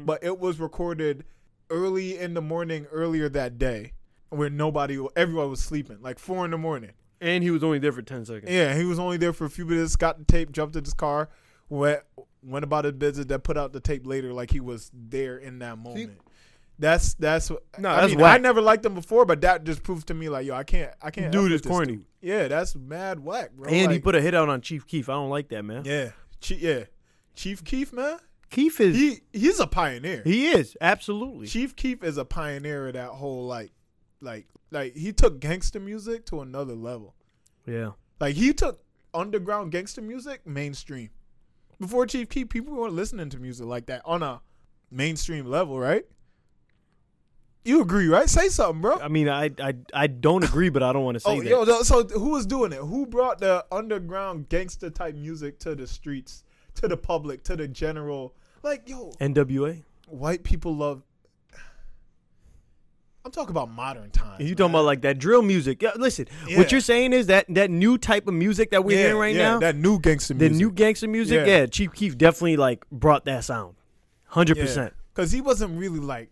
Speaker 1: but it was recorded early in the morning earlier that day where nobody everyone was sleeping like four in the morning
Speaker 2: And he was only there for 10 seconds.
Speaker 1: yeah he was only there for a few minutes got the tape jumped in his car went went about his business that put out the tape later like he was there in that moment that's that's
Speaker 2: No,
Speaker 1: I
Speaker 2: that's
Speaker 1: mean,
Speaker 2: whack.
Speaker 1: I never liked him before, but that just proved to me like, yo, I can't, I can't. F
Speaker 2: Dude
Speaker 1: with
Speaker 2: is
Speaker 1: this
Speaker 2: corny.
Speaker 1: dude. Yeah, that's mad whack, bro.
Speaker 2: and he
Speaker 1: Like,
Speaker 2: put a hit out on Chief Keef. I don't like that, man.
Speaker 1: yeah, Chi- yeah, Chief Keef, man,
Speaker 2: Keef is. He,
Speaker 1: he he's a pioneer.
Speaker 2: is, absolutely.
Speaker 1: Chief Keef is a pioneer of that whole like, like, like he took gangster music to another level.
Speaker 2: yeah.
Speaker 1: Like he took underground gangster music mainstream. Before Chief Keef, people weren't listening to music like that on a mainstream level, right? You agree, right? Say something, bro.
Speaker 2: I mean, I, I I don't agree, but I don't want to say
Speaker 1: Oh,
Speaker 2: that.
Speaker 1: yo, no, so who was doing it? Who brought the underground gangster type music to the streets, to the public, to the general? Like, yo,
Speaker 2: NWA?
Speaker 1: white people love. I'm talking about modern times.
Speaker 2: You
Speaker 1: man.
Speaker 2: talking about like that drill music? Yeah, listen,
Speaker 1: Yeah.
Speaker 2: what you're saying is that that new type of music that we're hearing right
Speaker 1: yeah,
Speaker 2: now,
Speaker 1: That new gangster
Speaker 2: the
Speaker 1: music.
Speaker 2: new gangster music, yeah.
Speaker 1: Yeah.
Speaker 2: Chief Keef definitely like brought that sound. 100%.
Speaker 1: Because he wasn't really like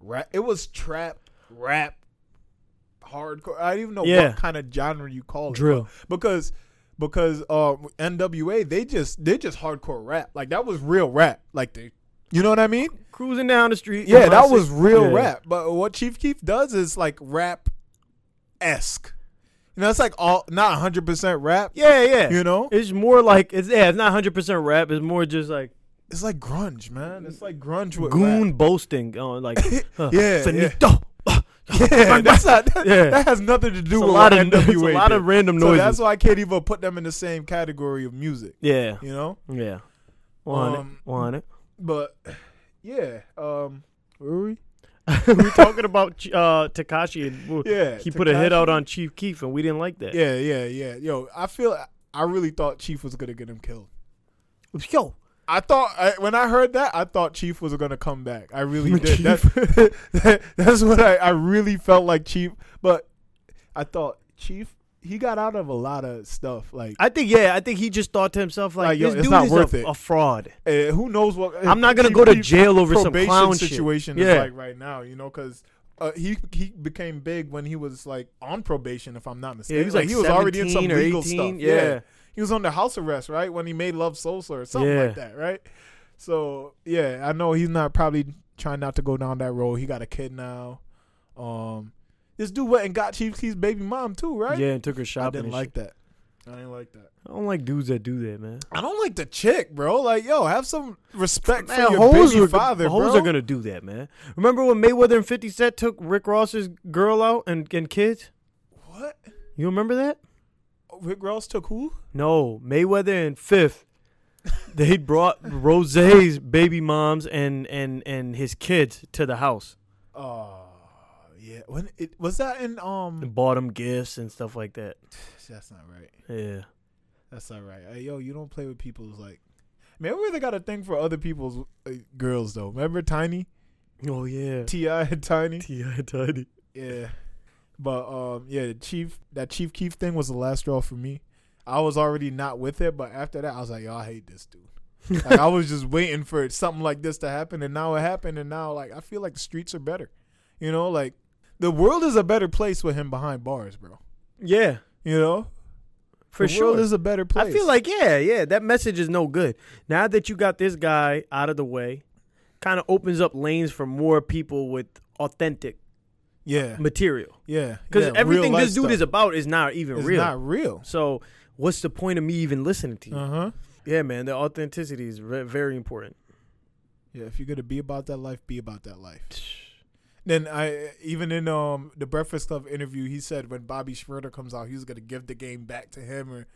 Speaker 1: rap. It was trap, rap, hardcore. I don't even know
Speaker 2: Yeah.
Speaker 1: what kind of genre you call it
Speaker 2: Drill.
Speaker 1: because because uh, NWA they just they just hardcore rap. Like that was real rap. Like they, you know what I mean?
Speaker 2: Cruising down the street.
Speaker 1: Yeah,
Speaker 2: Amon
Speaker 1: that
Speaker 2: Six-
Speaker 1: was real
Speaker 2: Yeah.
Speaker 1: rap. But what Chief Keef does is like rap esque. You know, it's like all not hundred percent rap.
Speaker 2: Yeah, yeah.
Speaker 1: You know?
Speaker 2: it's more like it's yeah, it's not hundred percent rap. It's more just like
Speaker 1: It's like grunge, man. It's like grunge with
Speaker 2: goon
Speaker 1: rap.
Speaker 2: boasting on like uh,
Speaker 1: Yeah,
Speaker 2: finito.
Speaker 1: Yeah, that's not, that,
Speaker 2: Yeah.
Speaker 1: that has nothing to do
Speaker 2: It's a
Speaker 1: with
Speaker 2: lot
Speaker 1: what
Speaker 2: of it's a
Speaker 1: NWA.
Speaker 2: lot
Speaker 1: did.
Speaker 2: of random
Speaker 1: so
Speaker 2: noises.
Speaker 1: that's why I can't even put them in the same category of music.
Speaker 2: yeah,
Speaker 1: You know?
Speaker 2: yeah. One,
Speaker 1: Um,
Speaker 2: one. it.
Speaker 1: But yeah, um, where were we?
Speaker 2: we were talking about uh, Takashi, and
Speaker 1: Yeah,
Speaker 2: he put a hit
Speaker 1: Tekashi.
Speaker 2: out on Chief Keef, and we didn't like that.
Speaker 1: Yeah, yeah, yeah. Yo, I feel I really thought Chief was gonna get him killed.
Speaker 2: yo,
Speaker 1: I thought I, when I heard that, I thought Chief was gonna come back. I really did.
Speaker 2: Chief.
Speaker 1: That's, that, that's what I, I really felt like Chief. But I thought Chief he got out of a lot of stuff. Like
Speaker 2: I think yeah, I think he just thought to himself like,
Speaker 1: Like, yo,
Speaker 2: this
Speaker 1: it's
Speaker 2: dude
Speaker 1: not
Speaker 2: is
Speaker 1: worth
Speaker 2: a,
Speaker 1: it.
Speaker 2: a fraud.
Speaker 1: eh, who knows what?
Speaker 2: I'm not gonna
Speaker 1: Chief
Speaker 2: go to
Speaker 1: Keef
Speaker 2: jail over some
Speaker 1: probation
Speaker 2: clown shit.
Speaker 1: situation is
Speaker 2: Yeah.
Speaker 1: like right now. You know, because. Uh, he he became big when he was like on probation, if I'm not mistaken.
Speaker 2: Yeah, he was like
Speaker 1: he was already in some
Speaker 2: 17 or
Speaker 1: legal
Speaker 2: 18,
Speaker 1: stuff.
Speaker 2: yeah.
Speaker 1: he was under house arrest, right? When he made Love Soul Slur or something like that, right? So yeah, I know he's not probably trying not to go down that road. He got a kid now. Um, this dude went and got Chief Keef's baby mom too, right?
Speaker 2: Yeah, and took her shopping.
Speaker 1: I didn't
Speaker 2: and
Speaker 1: like
Speaker 2: shit.
Speaker 1: that. I didn't like that.
Speaker 2: I don't like dudes that do that, man.
Speaker 1: I don't like the chick, bro. Like, yo, have some respect for
Speaker 2: Man,
Speaker 1: your
Speaker 2: hoes
Speaker 1: baby
Speaker 2: are,
Speaker 1: father,
Speaker 2: hoes
Speaker 1: bro.
Speaker 2: are gonna do that, man. Remember when Mayweather and Fifty Cent took Rick Ross's girl out and, and kids?
Speaker 1: what?
Speaker 2: You remember that?
Speaker 1: Rick Ross took who?
Speaker 2: No, Mayweather and Fifth. They brought Rose's baby moms and and and his kids to the house
Speaker 1: Oh, yeah. When it was that in um?
Speaker 2: and bought them gifts and stuff like that.
Speaker 1: That's not right.
Speaker 2: Yeah,
Speaker 1: That's all right. Hey, yo, you don't play with people's like. Remember they got a thing for other people's uh, girls though. Remember Tiny,
Speaker 2: oh yeah,
Speaker 1: Ti and Tiny.
Speaker 2: Ti Tiny.
Speaker 1: Yeah, but um, yeah, the Chief that Chief Keef thing was the last straw for me. I was already not with it, but after that, I was like, yo, I hate this dude. like, I was just waiting for something like this to happen, and now it happened, and now like I feel like the streets are better. You know, like the world is a better place with him behind bars, bro.
Speaker 2: Yeah,
Speaker 1: You know,
Speaker 2: for
Speaker 1: the
Speaker 2: sure.
Speaker 1: world is a better place.
Speaker 2: I feel like yeah, yeah, that message is no good. Now that you got this guy out of the way, kind of opens up lanes for more people with authentic
Speaker 1: yeah,
Speaker 2: material.
Speaker 1: yeah,
Speaker 2: Because
Speaker 1: yeah,
Speaker 2: everything
Speaker 1: real-life
Speaker 2: this dude
Speaker 1: stuff.
Speaker 2: is about is not even
Speaker 1: It's
Speaker 2: real.
Speaker 1: not real.
Speaker 2: So what's the point of me even listening to you?
Speaker 1: Uh huh.
Speaker 2: Yeah, man, the authenticity is re- very important.
Speaker 1: Yeah, if you're gonna be about that life, be about that life. Then I even in um the Breakfast Club interview, he said when Bobby Schmurder comes out, he's gonna give the game back to him or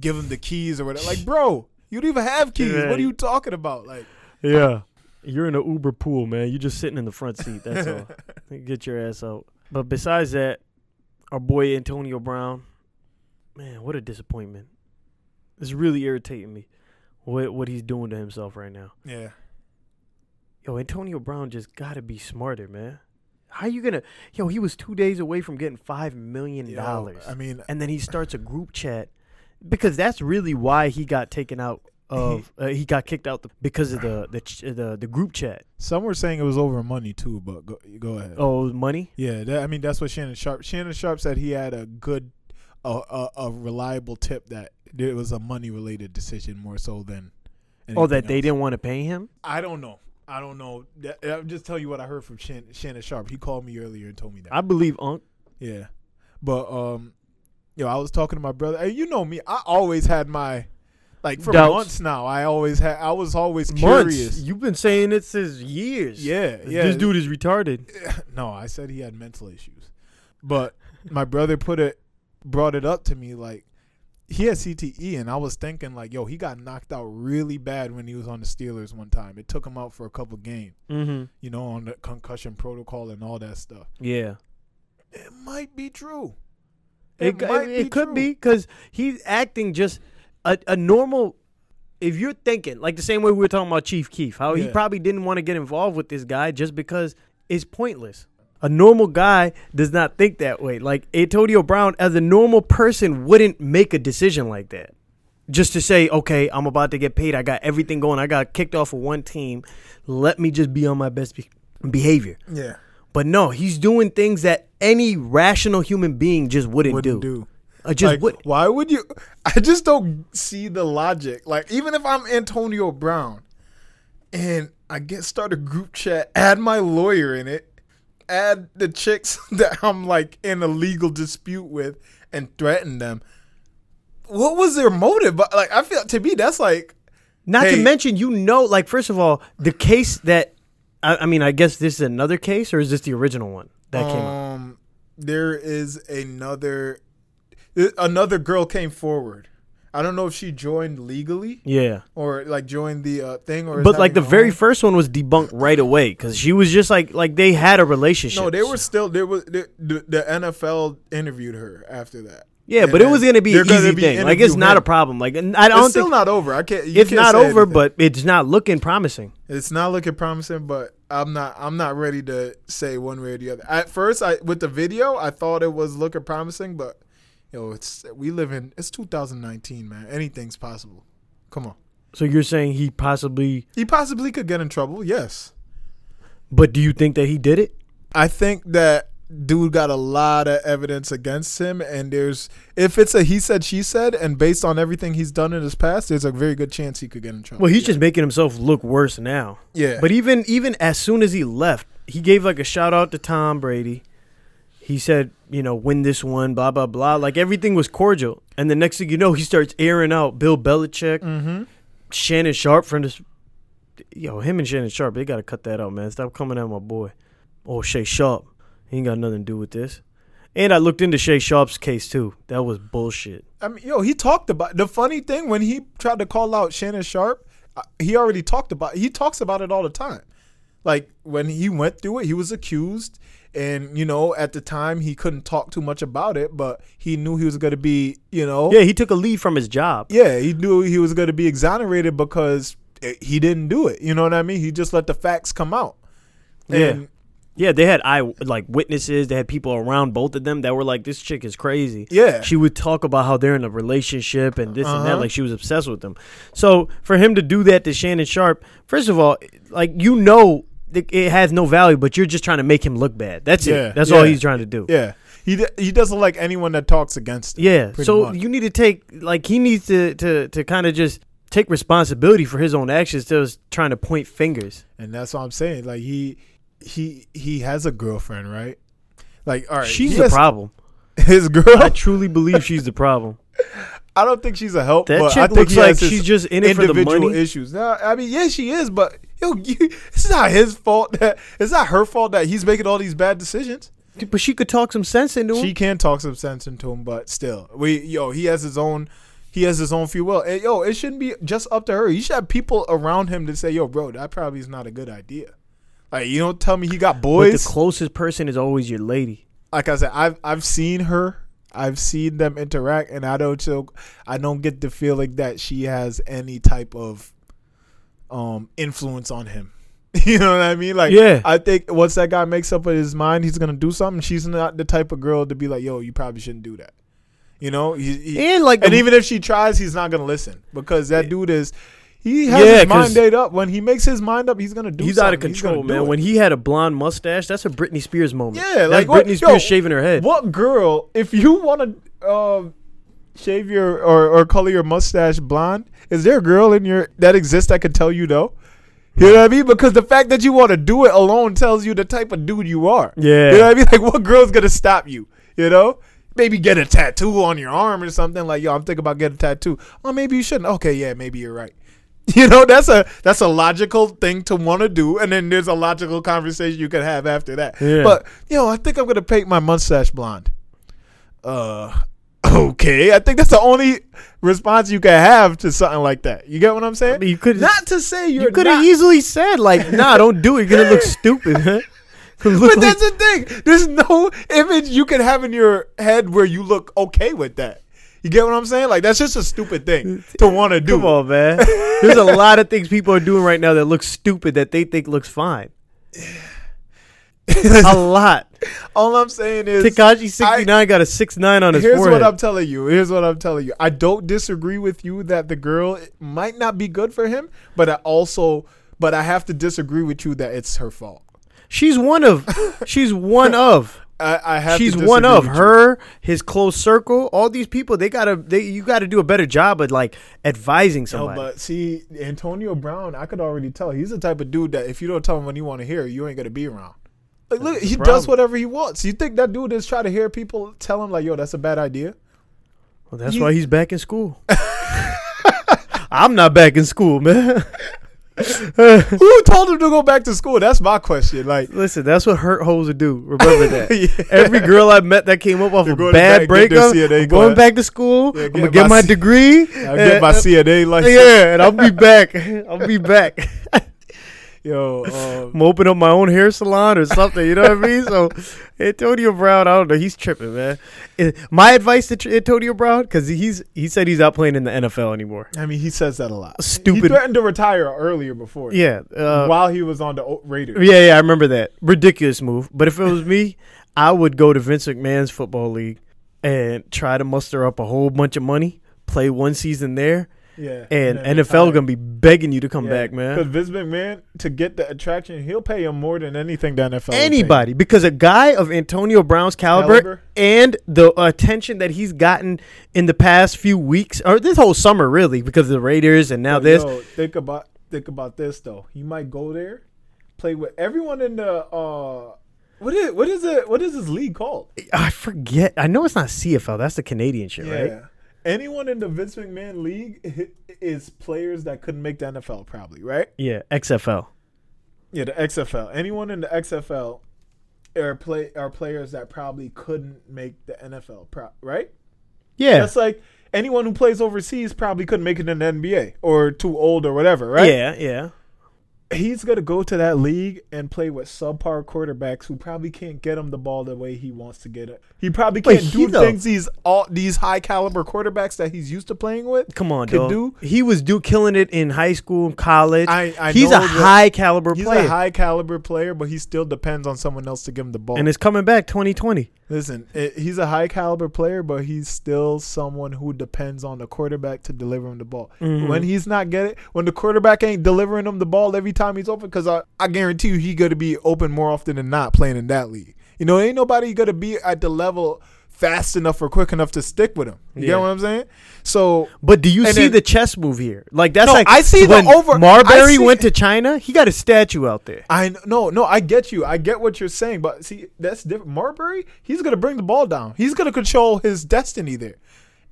Speaker 1: give him the keys or whatever. Like, bro, you don't even have keys.
Speaker 2: Yeah.
Speaker 1: What are you talking about? Like,
Speaker 2: Yeah. You're in an Uber pool, man. You're just sitting in the front seat. That's all. Get your ass out. But besides that, our boy Antonio Brown, man, what a disappointment. It's really irritating me what what he's doing to himself right now.
Speaker 1: yeah,
Speaker 2: Yo, Antonio Brown just gotta be smarter, man. How you gonna? Yo, he was two days away from getting five million
Speaker 1: Yo,
Speaker 2: dollars,
Speaker 1: I mean,
Speaker 2: and then he starts a group chat because that's really why he got taken out of. uh, he got kicked out the, because of the the, ch- the the group chat.
Speaker 1: some were saying it was over money too, but go, go ahead.
Speaker 2: Oh, money.
Speaker 1: Yeah, that, I mean that's what Shannon Sharp. Shannon Sharp said he had a good, a a, a reliable tip that it was a money related decision more so than.
Speaker 2: Oh, that
Speaker 1: anything
Speaker 2: they
Speaker 1: else.
Speaker 2: didn't want to pay him.
Speaker 1: I don't know. I don't know. That, I'll just tell you what I heard from Shan, Shannon Sharp. He called me earlier and told me that.
Speaker 2: I believe Unc.
Speaker 1: yeah, but um, yo, I was talking to my brother. Hey, you know me. I always had my like for
Speaker 2: Doubts.
Speaker 1: months now. I always had. I was always
Speaker 2: Months.
Speaker 1: curious.
Speaker 2: You've been saying it since years.
Speaker 1: yeah, yeah.
Speaker 2: This dude is retarded.
Speaker 1: no, I said he had mental issues. But my brother put it brought it up to me like he had CTE and I was thinking like, yo, he got knocked out really bad when he was on the Steelers one time. It took him out for a couple games,
Speaker 2: Mm-hmm.
Speaker 1: you know, on the concussion protocol and all that stuff.
Speaker 2: Yeah.
Speaker 1: It might be true.
Speaker 2: It,
Speaker 1: might
Speaker 2: it, it could
Speaker 1: true.
Speaker 2: be because he's acting just a, a normal. If you're thinking like the same way we were talking about Chief Keef, how he
Speaker 1: Yeah.
Speaker 2: probably didn't want to get involved with this guy just because it's pointless. A normal guy does not think that way. Like Antonio Brown, as a normal person, wouldn't make a decision like that. Just to say, okay, I'm about to get paid. I got everything going. I got kicked off of one team. Let me just be on my best be- behavior.
Speaker 1: Yeah.
Speaker 2: But no, he's doing things that any rational human being just wouldn't,
Speaker 1: Wouldn't
Speaker 2: do.
Speaker 1: do.
Speaker 2: I just
Speaker 1: Like,
Speaker 2: would.
Speaker 1: Why would you? I just don't see the logic. Like, even if I'm Antonio Brown, and I get start a group chat, add my lawyer in it, add the chicks that I'm like in a legal dispute with, and threaten them. What was their motive? But like, I feel to me that's like
Speaker 2: Not to
Speaker 1: Hey.
Speaker 2: mention, you know, like first of all, the case that I, I mean, I guess this is another case, or is this the original one that came out?
Speaker 1: um, there is another another girl came forward. I don't know if she joined legally
Speaker 2: Yeah.
Speaker 1: or like joined the uh, thing or is
Speaker 2: But like
Speaker 1: having
Speaker 2: the
Speaker 1: her
Speaker 2: very
Speaker 1: own-
Speaker 2: first one was debunked right away because she was just like like they had a relationship.
Speaker 1: No, Oh, they were still there was the, the the NFL interviewed her after that.
Speaker 2: yeah,
Speaker 1: And
Speaker 2: but it
Speaker 1: then
Speaker 2: was gonna be
Speaker 1: they're
Speaker 2: an
Speaker 1: gonna
Speaker 2: easy
Speaker 1: be
Speaker 2: thing. Like it's not a
Speaker 1: interviewing him.
Speaker 2: problem. Like and I don't
Speaker 1: It's still
Speaker 2: think
Speaker 1: not over. I can't. You
Speaker 2: it's
Speaker 1: can't
Speaker 2: not
Speaker 1: say
Speaker 2: over,
Speaker 1: anything.
Speaker 2: but it's not looking promising.
Speaker 1: it's not looking promising. But I'm not. I'm not ready to say one way or the other. At first, I with the video, I thought it was looking promising, but you know, it's we live in it's 2019, man. Anything's possible. Come on.
Speaker 2: So you're saying he possibly?
Speaker 1: He possibly could get in trouble. Yes,
Speaker 2: But do you think that he did it?
Speaker 1: I think that dude got a lot of evidence against him and there's if it's a he said she said and based on everything he's done in his past there's a very good chance he could get in trouble
Speaker 2: Well, he's just making himself look worse now.
Speaker 1: yeah
Speaker 2: But even even as soon as he left, he gave like a shout out to Tom Brady. He said, you know, win this one, blah blah blah. Like everything was cordial. And the next thing you know, he starts airing out Bill Belichick,
Speaker 1: mm-hmm.
Speaker 2: Shannon Sharp from this. Yo, him and Shannon Sharp, they gotta cut that out, man. Stop coming at my boy. Oh, Shay Sharp, he ain't got nothing to do with this. And I looked into Shay Sharp's case too. That was bullshit.
Speaker 1: I mean, yo, he talked about the funny thing when he tried to call out Shannon Sharp. uh, He already talked about. He talks about it all the time. Like when he went through it, he was accused, and you know, at the time he couldn't talk too much about it, but he knew he was going to be, you know,
Speaker 2: Yeah, he took a leave from his job.
Speaker 1: yeah, he knew he was going to be exonerated because it, he didn't do it. You know what I mean? He just let the facts come out.
Speaker 2: Yeah.
Speaker 1: And
Speaker 2: Yeah, they had eye like witnesses. They had people around both of them that were like, "This chick is crazy."
Speaker 1: Yeah.
Speaker 2: she would talk about how they're in a relationship and this and that.
Speaker 1: Uh-huh.
Speaker 2: Like she was obsessed with them. So for him to do that to Shannon Sharp, first of all, like you know, it, it has no value. But you're just trying to make him look bad. That's
Speaker 1: Yeah,
Speaker 2: it. That's all
Speaker 1: yeah,
Speaker 2: he's trying to do.
Speaker 1: yeah, he d- he doesn't like anyone that talks against him.
Speaker 2: Yeah.
Speaker 1: pretty
Speaker 2: So
Speaker 1: much.
Speaker 2: you need to take like he needs to to to kind of just take responsibility for his own actions. Instead of trying to point fingers.
Speaker 1: and that's what I'm saying. Like he he he has a girlfriend, right? Like all right,
Speaker 2: She's
Speaker 1: he
Speaker 2: the
Speaker 1: has-
Speaker 2: problem.
Speaker 1: His
Speaker 2: I
Speaker 1: girl.
Speaker 2: truly believe she's the problem.
Speaker 1: I don't think she's a help.
Speaker 2: That
Speaker 1: but I
Speaker 2: chick
Speaker 1: think
Speaker 2: looks
Speaker 1: he
Speaker 2: like
Speaker 1: has his
Speaker 2: she's just in it for the
Speaker 1: individual
Speaker 2: money.
Speaker 1: issues. Now, I mean, yeah, she is, but yo, you, it's not his fault. That it's not her fault that he's making all these bad decisions.
Speaker 2: But she could talk some sense into him.
Speaker 1: She can talk some sense into him, but still, we yo, he has his own. He has his own free will. And yo, it shouldn't be just up to her. You should have people around him to say, yo, bro, that probably is not a good idea. Like, you don't tell me he got
Speaker 2: but
Speaker 1: boys.
Speaker 2: the closest person is always your lady.
Speaker 1: like I said, I've I've seen her. I've seen them interact, and I don't feel, I don't get the feeling that she has any type of um influence on him. You know what I mean? Like,
Speaker 2: Yeah.
Speaker 1: I think once that guy makes up his mind, he's gonna do something. She's not the type of girl to be like, "Yo, you probably shouldn't do that." You know, he, he-
Speaker 2: And like
Speaker 1: and
Speaker 2: the-
Speaker 1: even if she tries, he's not gonna listen because that dude is he has
Speaker 2: Yeah,
Speaker 1: his mind
Speaker 2: 'cause-
Speaker 1: made up. When he makes his mind up, he's gonna do.
Speaker 2: he's out of
Speaker 1: something.
Speaker 2: control,
Speaker 1: gonna do
Speaker 2: man.
Speaker 1: it.
Speaker 2: When he had a blonde mustache, that's a Britney Spears moment.
Speaker 1: Yeah,
Speaker 2: that's
Speaker 1: like,
Speaker 2: Britney
Speaker 1: what-
Speaker 2: Spears
Speaker 1: yo,
Speaker 2: shaving her head.
Speaker 1: What girl, if you want to um shave your or, or color your mustache blonde, is there a girl in your that exists that could tell you no? You know what I mean? Because the fact that you want to do it alone tells you the type of dude you are.
Speaker 2: Yeah.
Speaker 1: You know what I mean? Like, what girl's gonna stop you? You know? Maybe get a tattoo on your arm or something. Like, yo, I'm thinking about getting a tattoo. Oh, maybe you shouldn't. Okay, yeah, maybe you're right. You know, that's a that's a logical thing to want to do, and then there's a logical conversation you could have after that.
Speaker 2: Yeah.
Speaker 1: But yo, I think I'm gonna paint my mustache blonde. Uh, okay. I think that's the only response you can have to something like that. You get what I'm saying?
Speaker 2: mean, you could've-
Speaker 1: not to say you're
Speaker 2: You could
Speaker 1: not
Speaker 2: have easily said like, "Nah, don't do it. You're gonna look stupid." man." Gonna look
Speaker 1: But
Speaker 2: like-
Speaker 1: that's the thing. There's no image you can have in your head where you look okay with that. You get what I'm saying? Like that's just a stupid thing to want to do.
Speaker 2: come on, man. There's a lot of things people are doing right now that look stupid that they think looks fine. a lot.
Speaker 1: All I'm saying is
Speaker 2: Takashi sixty nine got a six nine on his
Speaker 1: Here's
Speaker 2: forehead.
Speaker 1: what I'm telling you. Here's what I'm telling you. I don't disagree with you that the girl might not be good for him, but I also but I have to disagree with you that it's her fault.
Speaker 2: She's one of. she's one of.
Speaker 1: I, I have. to
Speaker 2: she's one
Speaker 1: disagree
Speaker 2: of
Speaker 1: with you.
Speaker 2: her, his close circle, all these people. They gotta, they you gotta do a better job of like advising
Speaker 1: No,
Speaker 2: somebody.
Speaker 1: but see, Antonio Brown, I could already tell he's the type of dude that if you don't tell him what you want to hear, you ain't gonna be around. Like, look, he does
Speaker 2: problem.
Speaker 1: whatever he wants. You think that dude is trying to hear people tell him like, "Yo, that's a bad idea"?
Speaker 2: well, that's
Speaker 1: you-
Speaker 2: why he's back in school. I'm not back in school, man.
Speaker 1: Who told him to go back to school? That's my question. Like,
Speaker 2: Listen, that's what hurt hoes would do. Remember that.
Speaker 1: Yeah.
Speaker 2: Every girl I met that came up off a
Speaker 1: going
Speaker 2: bad
Speaker 1: back, get their
Speaker 2: breakup,
Speaker 1: CNA
Speaker 2: I'm going
Speaker 1: class.
Speaker 2: back to school.
Speaker 1: Yeah,
Speaker 2: I'm
Speaker 1: get
Speaker 2: gonna get
Speaker 1: my
Speaker 2: my
Speaker 1: C-
Speaker 2: degree.
Speaker 1: I get my
Speaker 2: and- uh,
Speaker 1: CNA license.
Speaker 2: yeah, and I'll be back. I'll be back.
Speaker 1: Yo, um,
Speaker 2: I'm open up my own hair salon or something. You know what I mean? So Antonio Brown, I don't know. He's tripping, man. Eh, My advice to Tr- Antonio Brown because he's he said he's not playing in the NFL anymore.
Speaker 1: I mean, he says that a lot. He
Speaker 2: Stupid.
Speaker 1: threatened to retire earlier before.
Speaker 2: Yeah. Uh,
Speaker 1: while he was on the O- Raiders.
Speaker 2: Yeah, yeah, I remember that. Ridiculous move. But if it was me, I would go to Vince McMahon's football league and try to muster up a whole bunch of money, play one season there,
Speaker 1: Yeah,
Speaker 2: and,
Speaker 1: then
Speaker 2: NFL
Speaker 1: retire.
Speaker 2: gonna be begging you to come back,
Speaker 1: Because
Speaker 2: man.
Speaker 1: Vince McMahon, to get the attraction, he'll pay him more than anything the NFL. would pay him.
Speaker 2: Anybody, because a guy of Antonio Brown's caliber,
Speaker 1: Caliber?
Speaker 2: and the attention that he's gotten in the past few weeks, or this whole summer, really, because of the Raiders and now
Speaker 1: But
Speaker 2: this.
Speaker 1: Oh, yo, think about think about this though. You might go there, play with everyone in the uh, what is what is it? What is this league called?
Speaker 2: I forget. I know it's not CFL. That's the Canadian shit, right?
Speaker 1: Anyone in the Vince McMahon league i- is players that couldn't make the NFL, probably right?
Speaker 2: Yeah, XFL.
Speaker 1: Yeah, the XFL. Anyone in the XFL are play are players that probably couldn't make the NFL, pro- right?
Speaker 2: Yeah,
Speaker 1: That's like anyone who plays overseas probably couldn't make it in the NBA or too old or whatever, right?
Speaker 2: yeah, yeah.
Speaker 1: He's gonna go to that league and play with subpar quarterbacks who probably can't get him the ball the way he wants to get it. He probably
Speaker 2: Wait,
Speaker 1: can't
Speaker 2: he
Speaker 1: do
Speaker 2: though-
Speaker 1: things these all these high caliber quarterbacks that he's used to playing with.
Speaker 2: Come on,
Speaker 1: could
Speaker 2: dog.
Speaker 1: do.
Speaker 2: He was do killing it in high school, college.
Speaker 1: I- I
Speaker 2: he's
Speaker 1: know
Speaker 2: a
Speaker 1: that-
Speaker 2: high caliber
Speaker 1: He's
Speaker 2: player,
Speaker 1: a high caliber player, but he still depends on someone else to give him the ball.
Speaker 2: and it's coming back 2020.
Speaker 1: Listen, it, he's a high caliber player, but he's still someone who depends on the quarterback to deliver him the ball. When he's not getting, when the quarterback ain't delivering him the ball every time he's open, because I, I guarantee you he gonna be open more often than not playing in that league. You know, ain't nobody gonna be at the level fast enough or quick enough to stick with him. You
Speaker 2: Yeah.
Speaker 1: get what I'm saying? So
Speaker 2: But do you
Speaker 1: And
Speaker 2: see
Speaker 1: then-
Speaker 2: the chess move here? Like that's
Speaker 1: No,
Speaker 2: like
Speaker 1: I see the
Speaker 2: when
Speaker 1: over-
Speaker 2: Marbury
Speaker 1: I see-
Speaker 2: went to China. He got a statue out there.
Speaker 1: I kn- no no I get you I get what you're saying but see that's different Marbury he's gonna bring the ball down he's gonna control his destiny there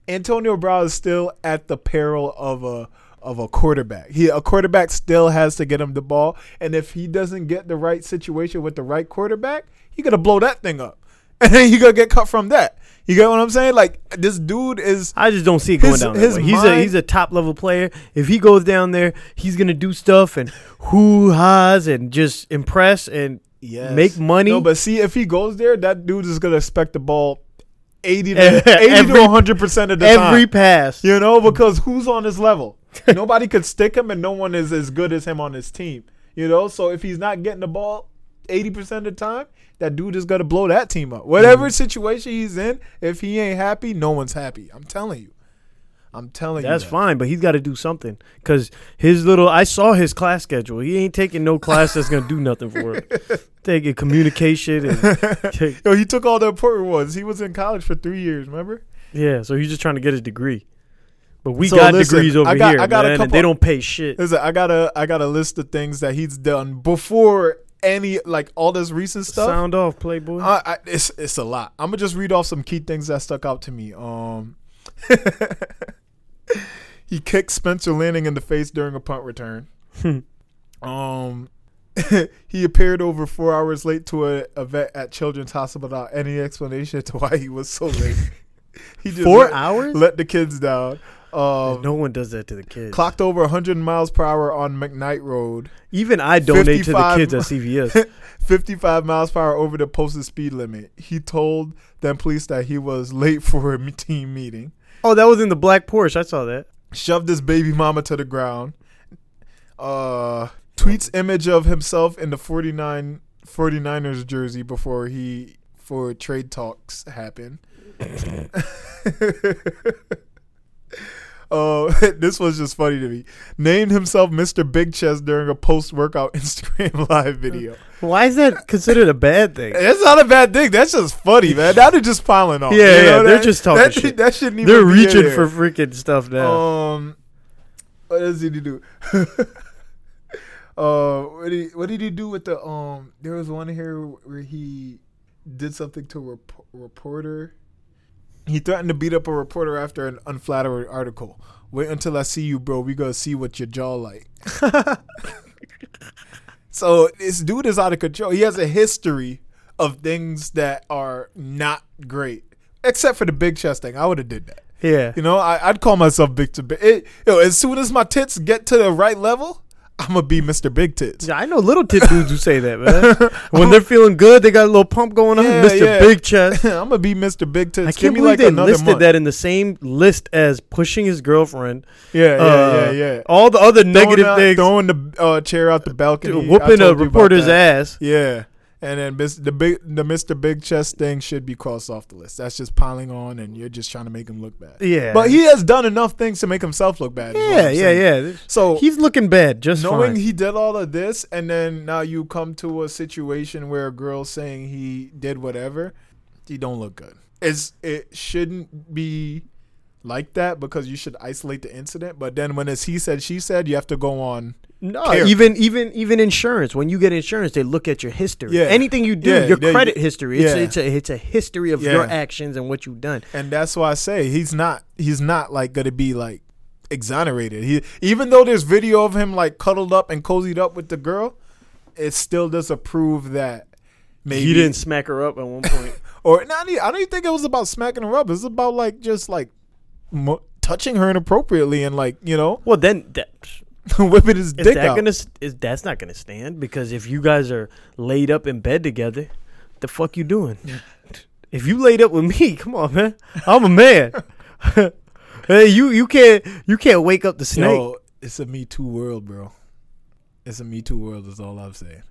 Speaker 1: Antonio Brown is still at the peril of a of a quarterback he a quarterback still has to get him the ball and if he doesn't get the right situation with the right quarterback he gonna blow that thing up and then he gonna get cut from that you get what I'm saying like this dude is
Speaker 2: I just don't see it going
Speaker 1: His-
Speaker 2: down.
Speaker 1: his
Speaker 2: that way. He's a
Speaker 1: mind-
Speaker 2: he's a top level player. If he goes down there, he's gonna do stuff and hoo ha's and just impress and make money.
Speaker 1: no but see if he goes there that dude is gonna expect the ball. 80 to, 80
Speaker 2: Every-
Speaker 1: to 100% of the time.
Speaker 2: every pass.
Speaker 1: You know, because who's on his level? Nobody could stick him, and no one is as good as him on his team. You know, so if he's not getting the ball 80% of the time, that dude is going to blow that team up. Whatever situation he's in, if he ain't happy, no one's happy. I'm telling you. I'm telling you.
Speaker 2: That's
Speaker 1: that.
Speaker 2: fine, but he's got to do something because his little. I saw his class schedule. He ain't taking no class that's gonna do nothing for him. Taking communication and take,
Speaker 1: Yo, he took all the important ones. He was in college for three years, remember?
Speaker 2: yeah, so he's just trying to get his degree. But we
Speaker 1: So
Speaker 2: got
Speaker 1: listen,
Speaker 2: degrees over
Speaker 1: I got-
Speaker 2: here,
Speaker 1: I got a
Speaker 2: man, and
Speaker 1: couple-
Speaker 2: they don't pay shit.
Speaker 1: Listen, I got to I got to list the things that he's done before any, like, all this recent stuff.
Speaker 2: Sound off, Playboy.
Speaker 1: I, I, it's it's a lot. I'm gonna just read off some key things that stuck out to me. Um, he kicked Spencer Lanning in the face during a punt return.
Speaker 2: Hmm.
Speaker 1: um, he appeared over four hours late to a, a vet at Children's Hospital without any explanation to why he was so late. he just
Speaker 2: Four
Speaker 1: let,
Speaker 2: hours?
Speaker 1: let the kids down. Um,
Speaker 2: no one does that to the kids.
Speaker 1: clocked over 100 miles per hour on McKnight Road.
Speaker 2: Even I donate to
Speaker 1: 55
Speaker 2: the kids at CVS.
Speaker 1: 55 miles per hour over the posted speed limit. He told them police that he was late for a team meeting.
Speaker 2: oh, that was in the black Porsche. I saw that.
Speaker 1: Shoved his baby mama to the ground. Uh, tweets image of himself in the 49 49ers jersey before he for trade talks happen. Uh, this was just funny to me. Named himself Mr. Big Chest during a post-workout Instagram live video.
Speaker 2: Why is that considered a bad thing?
Speaker 1: That's not a bad thing. That's just funny, man. Now they're just piling on.
Speaker 2: Yeah, yeah, they're
Speaker 1: that-
Speaker 2: just talking
Speaker 1: that,
Speaker 2: shit.
Speaker 1: That shouldn't even
Speaker 2: They're
Speaker 1: be in
Speaker 2: reaching
Speaker 1: there.
Speaker 2: for freaking stuff now.
Speaker 1: Um, what does he do? uh, what did he, what did he do with the um? There was one here where he did something to a rep- reporter. He threatened to beat up a reporter after an unflattering article. Wait until I see you, bro. We gonna see what your jaw like. so this dude is out of control. He has a history of things that are not great, except for the big chest thing. I would have did that.
Speaker 2: yeah.
Speaker 1: You know, I, I'd call myself Big to Big. It, yo, as soon as my tits get to the right level, I'm gonna be Mr. Big Tits.
Speaker 2: Yeah, I know little tit dudes who say that, man. When they're feeling good, they got a little pump going on.
Speaker 1: Yeah,
Speaker 2: Mr.
Speaker 1: yeah.
Speaker 2: Big Chest.
Speaker 1: I'm gonna be Mr. Big Tits.
Speaker 2: I
Speaker 1: Give
Speaker 2: can't
Speaker 1: me
Speaker 2: believe
Speaker 1: like
Speaker 2: they
Speaker 1: another
Speaker 2: listed
Speaker 1: month.
Speaker 2: that in the same list as pushing his girlfriend.
Speaker 1: Yeah, yeah, yeah,
Speaker 2: uh,
Speaker 1: yeah.
Speaker 2: All the other negative
Speaker 1: throwing out-
Speaker 2: things.
Speaker 1: throwing the uh, chair out the balcony, I
Speaker 2: whooping a
Speaker 1: told you about
Speaker 2: reporter's
Speaker 1: that.
Speaker 2: ass.
Speaker 1: Yeah, and then mis- the big, the Mr. Big Chest thing should be crossed off the list. That's just piling on, and you're just trying to make him look bad.
Speaker 2: Yeah.
Speaker 1: but he has done enough things to make himself look bad. is what
Speaker 2: Yeah,
Speaker 1: I'm
Speaker 2: yeah,
Speaker 1: saying.
Speaker 2: yeah.
Speaker 1: So
Speaker 2: He's looking bad, just
Speaker 1: knowing
Speaker 2: fine.
Speaker 1: he did all of this and then now you come to a situation where a girl's saying he did whatever he don't look good it's it shouldn't be like that because you should isolate the incident but then when it's he said she said you have to go on
Speaker 2: no,
Speaker 1: care.
Speaker 2: even even even insurance. When you get insurance, they look at your history.
Speaker 1: Yeah.
Speaker 2: Anything you do,
Speaker 1: Yeah,
Speaker 2: your
Speaker 1: they-
Speaker 2: credit history. It's,
Speaker 1: yeah.
Speaker 2: it's a it's a history of
Speaker 1: Yeah.
Speaker 2: your actions and what you've done.
Speaker 1: and that's why i say he's not he's not like gonna be like exonerated he even though there's video of him like cuddled up and cozied up with the girl it still doesn't prove that maybe
Speaker 2: He didn't smack her up at one point.
Speaker 1: or not. e- I don't even think it was about smacking her up. It's about like just like mo- touching her inappropriately and like you know
Speaker 2: well, then that,
Speaker 1: whipping his
Speaker 2: is
Speaker 1: dick
Speaker 2: that
Speaker 1: out.
Speaker 2: gonna s- is that's not gonna stand because if you guys are laid up in bed together, the fuck you doing? if you laid up with me, come on, man, I'm a man. hey, you you can't you can't wake up the snake.
Speaker 1: Yo, it's a Me Too world, bro. It's a Me Too world. Is all I'm saying.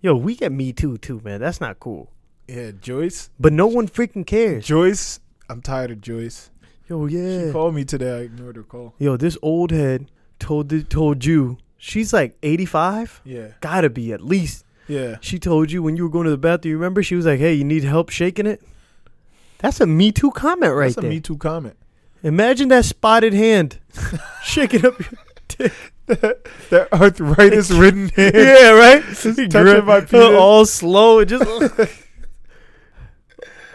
Speaker 2: Yo, we get me too too, man. That's not cool.
Speaker 1: Yeah, Joyce.
Speaker 2: But no one freaking cares.
Speaker 1: Joyce. I'm tired of Joyce.
Speaker 2: Yo,
Speaker 1: She
Speaker 2: yeah.
Speaker 1: called me today. I ignored her call.
Speaker 2: Yo, this old head told the, told you she's like 85.
Speaker 1: Yeah,
Speaker 2: Gotta be at least.
Speaker 1: yeah.
Speaker 2: She told you when you were going to the bathroom. You remember? She was like, "Hey, you need help shaking it." That's a Me Too comment right
Speaker 1: That's a
Speaker 2: there.
Speaker 1: Me Too comment.
Speaker 2: Imagine that spotted hand shaking up. Your dick.
Speaker 1: That arthritis ridden hand.
Speaker 2: yeah, right.
Speaker 1: touching my penis.
Speaker 2: all slow. It just.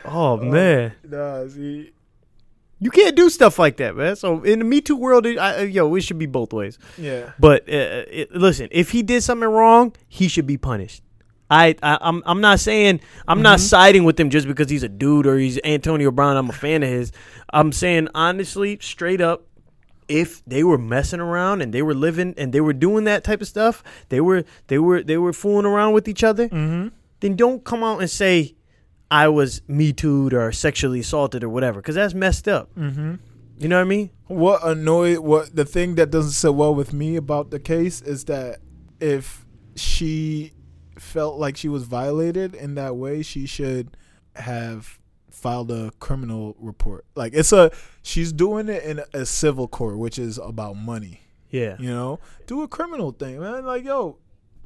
Speaker 2: oh man.
Speaker 1: Nah, see.
Speaker 2: You can't do stuff like that, man. So in the Me Too world, it- I, I- yo, it should be both ways.
Speaker 1: Yeah.
Speaker 2: But uh, it, listen, if he did something wrong, he should be punished. I, I I'm I'm not saying I'm not siding with him just because he's a dude or he's Antonio Brown. I'm a fan of his. I'm saying honestly, straight up, if they were messing around and they were living and they were doing that type of stuff, they were they were they were fooling around with each other. Mm-hmm. Then don't come out and say I was me too'd or sexually assaulted or whatever, because that's messed up. Mm-hmm. You know what I mean?
Speaker 1: what annoy what the thing that doesn't sit well with me about the case is that if she felt like she was violated in that way she should have filed a criminal report like it's a she's doing it in a civil court which is about money
Speaker 2: Yeah,
Speaker 1: you know do a criminal thing man like yo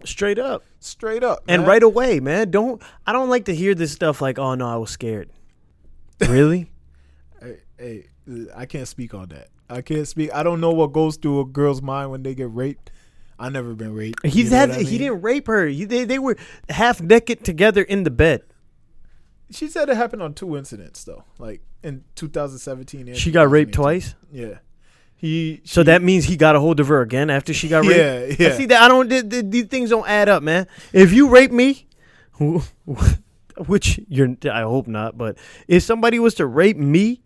Speaker 2: straight up.
Speaker 1: straight up
Speaker 2: and
Speaker 1: man.
Speaker 2: right away, man. Don't I don't like to hear this stuff like, oh no, I was scared. really?
Speaker 1: hey, hey, I can't speak on that I can't speak I don't know what goes through a girl's mind when they get raped I never been raped
Speaker 2: He's
Speaker 1: you know
Speaker 2: had
Speaker 1: what I
Speaker 2: he
Speaker 1: mean?
Speaker 2: didn't rape her. He, they they were half naked together in the bed.
Speaker 1: She said it happened on two incidents though, like in 2017. And
Speaker 2: She got
Speaker 1: 2018.
Speaker 2: raped twice.
Speaker 1: Yeah, he.
Speaker 2: So
Speaker 1: she-
Speaker 2: that means he got a hold of her again after she got raped.
Speaker 1: Yeah, yeah.
Speaker 2: I see that I don't th- th- these things don't add up, man. If you rape me, wh- wh- which you're I hope not, but if somebody was to rape me,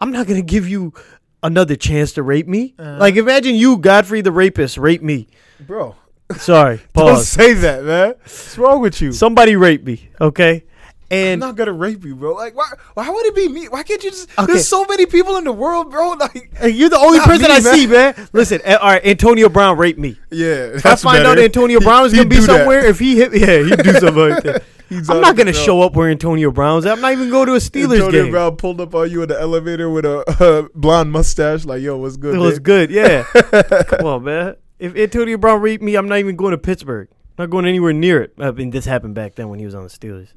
Speaker 2: I'm not going to give you another chance to rape me.
Speaker 1: Uh-huh.
Speaker 2: Like imagine you Godfrey the rapist rape me.
Speaker 1: bro.
Speaker 2: Sorry.
Speaker 1: Don't
Speaker 2: Pause.
Speaker 1: say that, man. What's wrong with you?
Speaker 2: Somebody raped me, okay?
Speaker 1: I'm
Speaker 2: And
Speaker 1: not gonna rape you, bro. Like, why? Why would it be me? Why can't you just?
Speaker 2: Okay.
Speaker 1: There's so many people in the world, bro. Like,
Speaker 2: and you're the only
Speaker 1: Not
Speaker 2: person
Speaker 1: me,
Speaker 2: I
Speaker 1: man.
Speaker 2: see, man. Listen, a- all right, Antonio Brown raped me.
Speaker 1: yeah.
Speaker 2: If I find out Antonio Brown is gonna be somewhere, if he hit, yeah, he'd do something like that.
Speaker 1: He's
Speaker 2: I'm
Speaker 1: out
Speaker 2: not
Speaker 1: of the
Speaker 2: gonna
Speaker 1: job.
Speaker 2: show up where Antonio Brown's at. I'm not even going to a Steelers
Speaker 1: Antonio
Speaker 2: game.
Speaker 1: Brown pulled up on you in the elevator with a uh, blonde mustache, like, "Yo, what's good?"
Speaker 2: It was
Speaker 1: babe?
Speaker 2: good, yeah. Come on, man. If Antonio Brown reaped me, I'm not even going to Pittsburgh. I'm not going anywhere near it. I mean, this happened back then when he was on the Steelers.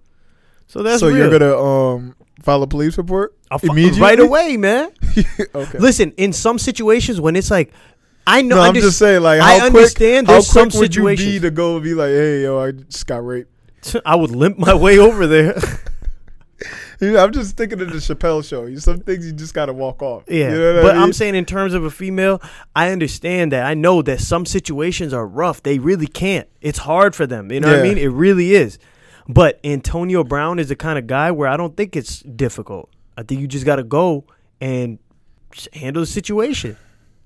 Speaker 2: So that's
Speaker 1: so
Speaker 2: real.
Speaker 1: you're gonna um file a police report
Speaker 2: I'll fu-
Speaker 1: immediately?
Speaker 2: right away, man.
Speaker 1: okay.
Speaker 2: Listen, in some situations when it's like, I know,
Speaker 1: No,
Speaker 2: I
Speaker 1: I'm just saying, like, how
Speaker 2: I
Speaker 1: quick,
Speaker 2: understand
Speaker 1: how
Speaker 2: there's some
Speaker 1: quick would you be
Speaker 2: situations.
Speaker 1: to go and be like, "Hey, yo, I just got raped."
Speaker 2: I would limp my way over there.
Speaker 1: You know, I'm just thinking of the Chappelle show. You- Some things you just gotta walk off.
Speaker 2: Yeah,
Speaker 1: You know what I
Speaker 2: but I
Speaker 1: mean?
Speaker 2: am saying in terms of a female, I understand that. I know that some situations are rough. They really can't. It's hard for them. You know what I
Speaker 1: Yeah.
Speaker 2: mean? It really is. But Antonio Brown is the kind of guy where I don't think it's difficult. I think you just got to go and s- handle the situation.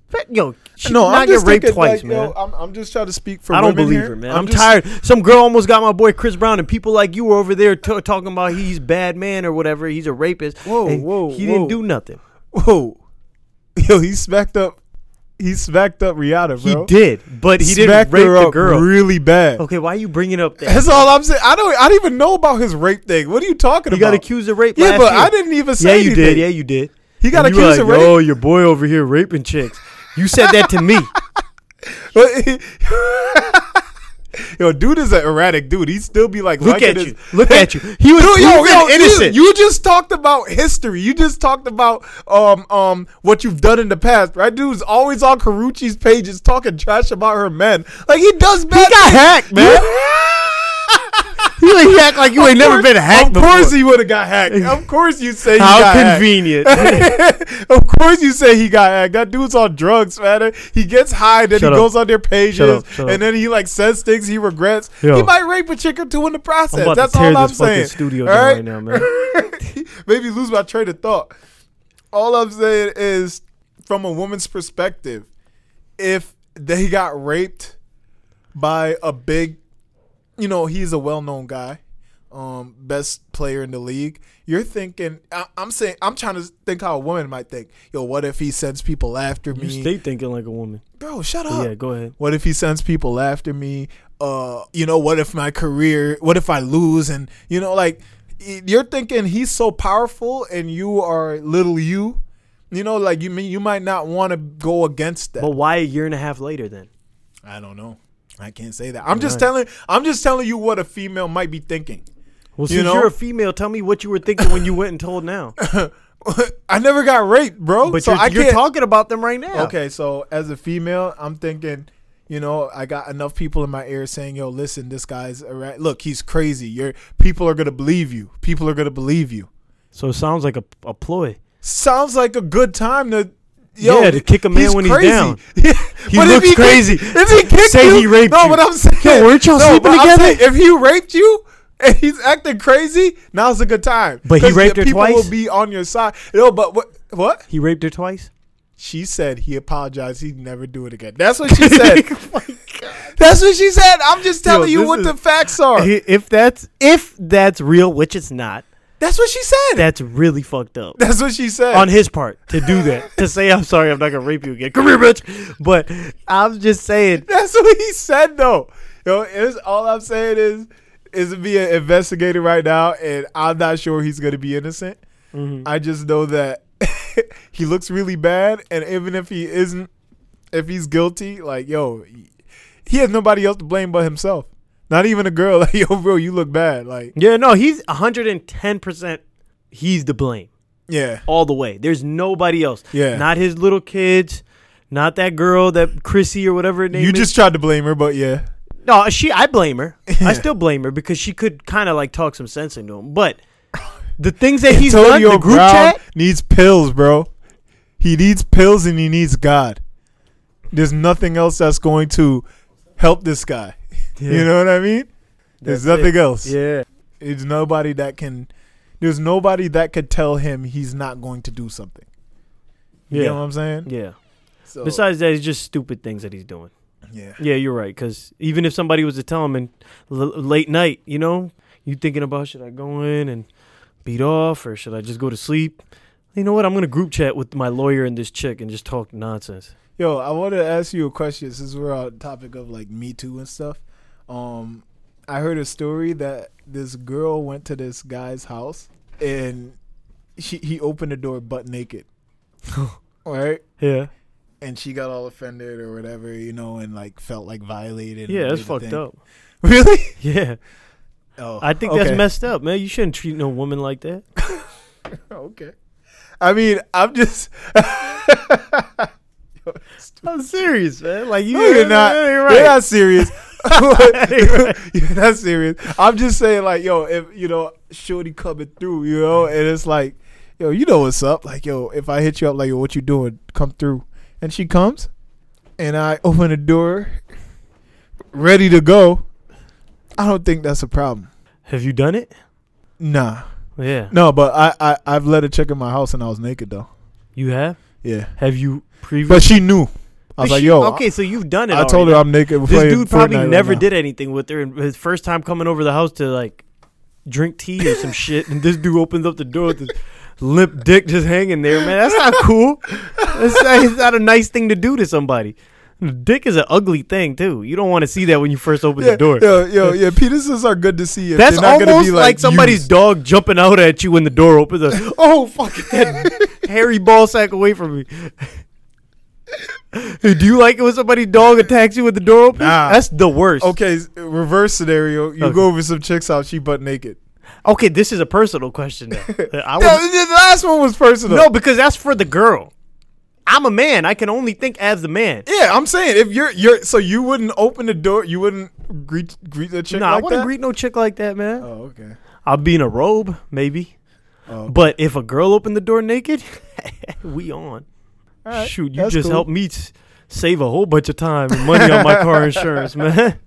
Speaker 2: But, yo, she
Speaker 1: no,
Speaker 2: did not
Speaker 1: I'm just
Speaker 2: get raped
Speaker 1: thinking, like,
Speaker 2: twice, man.
Speaker 1: Yo, I'm, I'm just trying to speak for.
Speaker 2: I don't
Speaker 1: women
Speaker 2: believe
Speaker 1: here.
Speaker 2: her, man. I'm,
Speaker 1: just-
Speaker 2: tired. Some girl almost got my boy Chris Brown, and people like you were over there t- talking about he's bad man or whatever. He's a rapist.
Speaker 1: Whoa,
Speaker 2: and
Speaker 1: whoa,
Speaker 2: He
Speaker 1: whoa.
Speaker 2: didn't do nothing.
Speaker 1: Whoa, yo, he smacked up. He smacked up Rihanna,
Speaker 2: He
Speaker 1: bro.
Speaker 2: did, but he
Speaker 1: Smacked
Speaker 2: didn't rape
Speaker 1: her
Speaker 2: the
Speaker 1: up
Speaker 2: girl.
Speaker 1: really bad.
Speaker 2: Okay, why are you bringing up that?
Speaker 1: That's all I'm saying. I don't. I didn't even know about his rape thing. What are you talking
Speaker 2: You
Speaker 1: about?
Speaker 2: got accused of rape.
Speaker 1: Yeah,
Speaker 2: last
Speaker 1: but
Speaker 2: year.
Speaker 1: I didn't even
Speaker 2: Yeah,
Speaker 1: say
Speaker 2: you
Speaker 1: anything.
Speaker 2: did. Yeah, you did.
Speaker 1: He got
Speaker 2: And you
Speaker 1: accused
Speaker 2: like,
Speaker 1: of rape.
Speaker 2: Oh, your boy over here raping chicks. You said that to me.
Speaker 1: yo, dude is an erratic dude. He still be like,
Speaker 2: Look
Speaker 1: liking
Speaker 2: at
Speaker 1: his-
Speaker 2: you. Look at you. He was
Speaker 1: Dude,
Speaker 2: he
Speaker 1: yo,
Speaker 2: was
Speaker 1: yo,
Speaker 2: an innocent.
Speaker 1: You, you just talked about history. You just talked about um um what you've done in the past, right? Dude's always on Carucci's pages talking trash about her men. Like he does bad. He got hacked,
Speaker 2: man. You like, you act like you ain't never been hacked
Speaker 1: Of
Speaker 2: before.
Speaker 1: course he would have got hacked. Of course you say he
Speaker 2: How
Speaker 1: got hacked.
Speaker 2: convenient.
Speaker 1: of course you say he got hacked. That dude's on drugs, man. He gets high, then
Speaker 2: Shut
Speaker 1: he
Speaker 2: up.
Speaker 1: goes on their pages,
Speaker 2: Shut up, shut up.
Speaker 1: and then he like says things he regrets. He
Speaker 2: Yo.
Speaker 1: might rape a chick or two in the process.
Speaker 2: I'm about
Speaker 1: That's
Speaker 2: to tear
Speaker 1: all
Speaker 2: this
Speaker 1: I'm
Speaker 2: fucking
Speaker 1: saying.
Speaker 2: studio
Speaker 1: All
Speaker 2: down
Speaker 1: right?
Speaker 2: right now, man.
Speaker 1: Maybe lose my train of thought. All I'm saying is, from a woman's perspective, if they got raped by a big, you know, he's a well-known guy, um, best player in the league. You're thinking, I, I'm saying, I'm trying to think how a woman might think. Yo, what if he sends people after me?
Speaker 2: You stay thinking like a woman.
Speaker 1: Bro, shut
Speaker 2: But
Speaker 1: up.
Speaker 2: yeah, go ahead.
Speaker 1: What if he sends people after me? Uh, you know, what if my career? What if I lose? And you know, like y- you're thinking he's so powerful, and you are little you. You know, like you mean you might not want to go against that.
Speaker 2: But why a year and a half later then?
Speaker 1: I don't know. I can't say that. I'm just telling. I'm just telling you what a female might be thinking.
Speaker 2: Well,
Speaker 1: You
Speaker 2: since you
Speaker 1: know-
Speaker 2: are a female, tell me what you were thinking when you went and told now.
Speaker 1: I never got raped, bro.
Speaker 2: But
Speaker 1: so
Speaker 2: you're,
Speaker 1: I
Speaker 2: you're
Speaker 1: can't-
Speaker 2: talking about them right now.
Speaker 1: Okay, so as a female, I'm thinking, you know, I got enough people in my ear saying, "Yo, listen, this guy's a rat. look, he's crazy. Your people are gonna believe you. People are gonna believe you."
Speaker 2: So it sounds like a, a ploy.
Speaker 1: Sounds like a good time to. Yo,
Speaker 2: Yeah, to kick a man
Speaker 1: he's
Speaker 2: when he's
Speaker 1: crazy.
Speaker 2: down.
Speaker 1: Yeah,
Speaker 2: He
Speaker 1: but if
Speaker 2: looks
Speaker 1: kick-
Speaker 2: crazy.
Speaker 1: if he kicked
Speaker 2: Say
Speaker 1: you,
Speaker 2: he raped
Speaker 1: no,
Speaker 2: you.
Speaker 1: but I'm saying,
Speaker 2: Yo, weren't y'all
Speaker 1: no, but
Speaker 2: sleeping
Speaker 1: I'm
Speaker 2: together?
Speaker 1: saying if he raped you and he's acting crazy, now's a good time.
Speaker 2: But he
Speaker 1: 'Cause the
Speaker 2: raped her
Speaker 1: people
Speaker 2: twice?
Speaker 1: will be on your side. No, but what? What?
Speaker 2: He raped her twice.
Speaker 1: She said he apologized. He'd never do it again. That's what she said.
Speaker 2: Oh
Speaker 1: That's what she said. I'm just
Speaker 2: Yo,
Speaker 1: telling you
Speaker 2: this
Speaker 1: what
Speaker 2: is-
Speaker 1: the facts are.
Speaker 2: if that's if that's real, which it's not,
Speaker 1: That's what she said.
Speaker 2: that's really fucked up
Speaker 1: That's what she said.
Speaker 2: on his part to do that. to say I'm sorry, I'm not gonna rape you again. Come here, bitch. But I'm just saying.
Speaker 1: That's what he said though. Yo, it's all I'm saying is is being investigated right now, and I'm not sure he's gonna be innocent.
Speaker 2: Mm-hmm.
Speaker 1: I just know that he looks really bad, and even if he isn't, if he's guilty, like yo, he has nobody else to blame but himself. Not even a girl. Like yo, bro, you look bad. Like
Speaker 2: Yeah, no, he's 110. percent He's to blame
Speaker 1: yeah,
Speaker 2: all the way. There's nobody else.
Speaker 1: Yeah.
Speaker 2: not his little kids. Not that girl, that Chrissy or whatever her name
Speaker 1: you
Speaker 2: is.
Speaker 1: just tried to blame her, but yeah.
Speaker 2: No, she. I blame her. I still blame her because she could kind of like talk some sense into him. But the things that he's done,
Speaker 1: Antonio
Speaker 2: the group
Speaker 1: Brown
Speaker 2: chat.
Speaker 1: needs pills, bro. He needs pills and he needs God. There's nothing else that's going to help this guy. You
Speaker 2: Yeah.
Speaker 1: know what I mean? There's
Speaker 2: That's
Speaker 1: nothing
Speaker 2: it.
Speaker 1: else.
Speaker 2: Yeah.
Speaker 1: There's nobody that can. There's nobody that could tell him he's not going to do something. You
Speaker 2: Yeah.
Speaker 1: know what I'm saying?
Speaker 2: Yeah.
Speaker 1: So,
Speaker 2: Besides that, it's just stupid things that he's doing.
Speaker 1: yeah.
Speaker 2: Yeah, you're right. Because even if somebody was to tell him in l- late night, you know, you thinking about should I go in and beat off or should I just go to sleep? You know what? I'm gonna group chat with my lawyer and this chick and just talk nonsense.
Speaker 1: Yo, I want to ask you a question since we're on the topic of like Me Too and stuff. Um, I heard a story that this girl went to this guy's house and she he opened the door butt naked. right?
Speaker 2: Yeah.
Speaker 1: And she got all offended or whatever, you know, and like felt like violated. and
Speaker 2: Yeah, that's
Speaker 1: did the
Speaker 2: fucked
Speaker 1: thing.
Speaker 2: up.
Speaker 1: Really?
Speaker 2: Yeah.
Speaker 1: Oh,
Speaker 2: I think
Speaker 1: okay.
Speaker 2: that's messed up, man. You shouldn't treat no woman like that.
Speaker 1: Oh, okay. I mean, I'm just.
Speaker 2: I'm serious, man. Like you
Speaker 1: No, you're not.
Speaker 2: that ain't
Speaker 1: You're
Speaker 2: right.
Speaker 1: not serious.
Speaker 2: You're right.
Speaker 1: You're not serious. I'm just saying, like, yo, if you know, shorty coming through, you know, and it's like, yo, you know what's up. Like, yo, if I hit you up, like, yo, what you doing? Come through, and she comes, and I open the door, ready to go. I don't think that's a problem.
Speaker 2: Have you done it?
Speaker 1: Nah,
Speaker 2: Yeah.
Speaker 1: no, but I, I I've let her check in my house, and I was naked though.
Speaker 2: You have?
Speaker 1: Yeah,
Speaker 2: Have you previously?
Speaker 1: but she knew. I was like, yo,
Speaker 2: Okay, so you've done it.
Speaker 1: I told her
Speaker 2: already.
Speaker 1: I'm naked.
Speaker 2: This
Speaker 1: playing
Speaker 2: dude probably
Speaker 1: Fortnite right
Speaker 2: never
Speaker 1: now.
Speaker 2: did anything with her. And his first time coming over the house to like drink tea or some shit, and this dude opens up the door with his limp dick just hanging there. Man, that's not cool. That's not, it's not a nice thing to do to somebody. Dick is an ugly thing too. You don't want to see that when you first open
Speaker 1: yeah,
Speaker 2: the door.
Speaker 1: Yo, yo, yeah. Penises are good to see. If
Speaker 2: That's
Speaker 1: they're not
Speaker 2: almost
Speaker 1: gonna be
Speaker 2: like,
Speaker 1: like,
Speaker 2: somebody's
Speaker 1: used.
Speaker 2: dog jumping out at you when the door opens. Like, oh, fuck get that hairy ball sack away from me. Do you like it when somebody's dog attacks you with the door open?
Speaker 1: Nah.
Speaker 2: That's the worst.
Speaker 1: Okay, s- reverse scenario. You
Speaker 2: Okay.
Speaker 1: go over some chicks out. She butt naked.
Speaker 2: Okay, this is a personal question. Now. I
Speaker 1: No,
Speaker 2: would,
Speaker 1: the the last one was personal.
Speaker 2: no, because that's for the girl. I'm a man. I can only think as the man.
Speaker 1: Yeah, I'm saying if you're you're so you wouldn't open the door. You wouldn't greet greet the chick
Speaker 2: No, I
Speaker 1: like
Speaker 2: wouldn't
Speaker 1: that.
Speaker 2: greet no chick like that, man.
Speaker 1: oh, okay.
Speaker 2: I'll be in a robe, maybe.
Speaker 1: Oh,
Speaker 2: But if a girl opened the door naked, we on.
Speaker 1: all right,
Speaker 2: Shoot, you
Speaker 1: that's
Speaker 2: just
Speaker 1: cool.
Speaker 2: helped me s- save a whole bunch of time and money on my car insurance, man.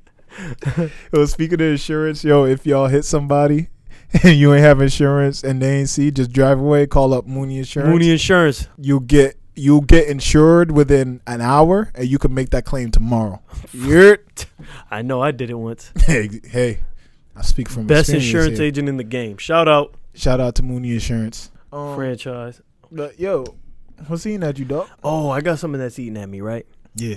Speaker 1: Yo, speaking of insurance, yo, if y'all hit somebody and you ain't have insurance and they ain't see, just drive away. Call up Mooney Insurance.
Speaker 2: Mooney Insurance.
Speaker 1: you get you get insured within an hour, and you can make that claim tomorrow. You're
Speaker 2: I know I did it once.
Speaker 1: hey, hey, I speak from
Speaker 2: Best
Speaker 1: experience
Speaker 2: insurance
Speaker 1: here.
Speaker 2: agent in the game. Shout out
Speaker 1: Shout out to Mooney Insurance.
Speaker 2: franchise.
Speaker 1: Um, but yo, what's eating at you, dog?
Speaker 2: Oh, I got something that's eating at me, right?
Speaker 1: Yeah,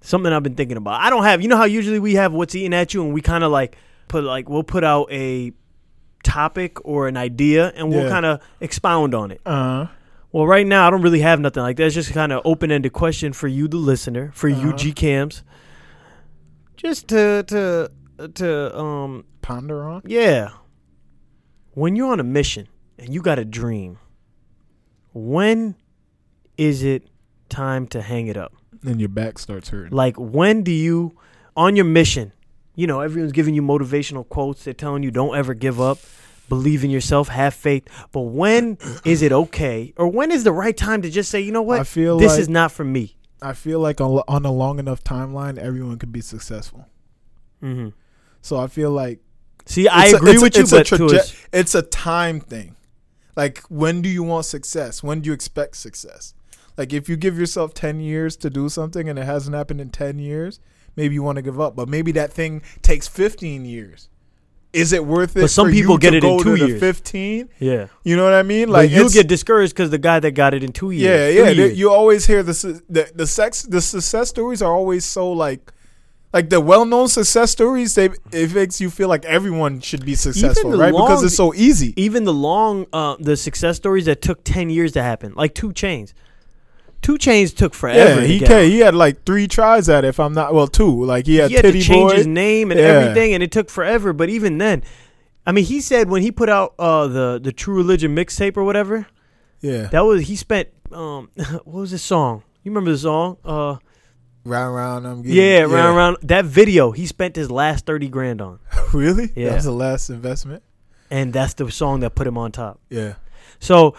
Speaker 2: Something I've been thinking about. I don't have. You know how usually we have what's eating at you, and we kind of like put like we'll put out a topic or an idea, and we'll
Speaker 1: Yeah.
Speaker 2: kind of expound on it.
Speaker 1: uh,
Speaker 2: Well, right now I don't really have nothing like that. It's just kind of open ended question for you, the listener, for you,
Speaker 1: Uh-huh.
Speaker 2: G cams. Just to to to um
Speaker 1: ponder on.
Speaker 2: yeah. When you're on a mission and you got a dream, when is it time to hang it up?
Speaker 1: Then your back starts hurting.
Speaker 2: Like when do you on your mission? You know, everyone's giving you motivational quotes. They're telling you don't ever give up, believe in yourself, have faith. But when is it okay? Or when is the right time to just say, you know what?
Speaker 1: I feel
Speaker 2: this
Speaker 1: like
Speaker 2: is not for me.
Speaker 1: I feel like on, on a long enough timeline, everyone can be successful.
Speaker 2: hmm
Speaker 1: So I feel like
Speaker 2: See, I
Speaker 1: It's a-
Speaker 2: agree
Speaker 1: it's a-
Speaker 2: with you,
Speaker 1: it's a
Speaker 2: but to
Speaker 1: traje-
Speaker 2: a-
Speaker 1: it's a time thing. Like, when do you want success? When do you expect success? Like, if you give yourself ten years to do something and it hasn't happened in ten years, maybe you want to give up. But maybe that thing takes fifteen years. Is it worth it?
Speaker 2: But some
Speaker 1: for
Speaker 2: people
Speaker 1: you
Speaker 2: get
Speaker 1: to
Speaker 2: it in
Speaker 1: go
Speaker 2: two
Speaker 1: to the
Speaker 2: years.
Speaker 1: Fifteen.
Speaker 2: yeah.
Speaker 1: You know what I mean?
Speaker 2: Like you'll
Speaker 1: it's-
Speaker 2: get discouraged because the guy that got it in two years,
Speaker 1: yeah,
Speaker 2: three
Speaker 1: yeah. there-
Speaker 2: years.
Speaker 1: You always hear the, su- the the sex the success stories are always so like. Like the well-known success stories, they it makes you feel like everyone should be successful,
Speaker 2: the
Speaker 1: right? Because
Speaker 2: long-
Speaker 1: it's so easy.
Speaker 2: even the long uh, the success stories that took 10 years to happen like two chains two chains took forever
Speaker 1: Yeah,
Speaker 2: to
Speaker 1: he
Speaker 2: get out.
Speaker 1: came, he had like three tries at it. If I'm not well, two. Like he had,
Speaker 2: he had to
Speaker 1: Titty
Speaker 2: change
Speaker 1: Boy.
Speaker 2: his name and
Speaker 1: Yeah.
Speaker 2: everything and it took forever but even then i mean he said when he put out uh, the the true religion mixtape or whatever
Speaker 1: yeah,
Speaker 2: that was he spent um what was his song you remember the song uh
Speaker 1: round round. I'm getting,
Speaker 2: yeah, round round that video he spent his last 30 grand on
Speaker 1: really?
Speaker 2: Yeah.
Speaker 1: that was the last investment.
Speaker 2: and that's the song that put him on top
Speaker 1: Yeah,
Speaker 2: So,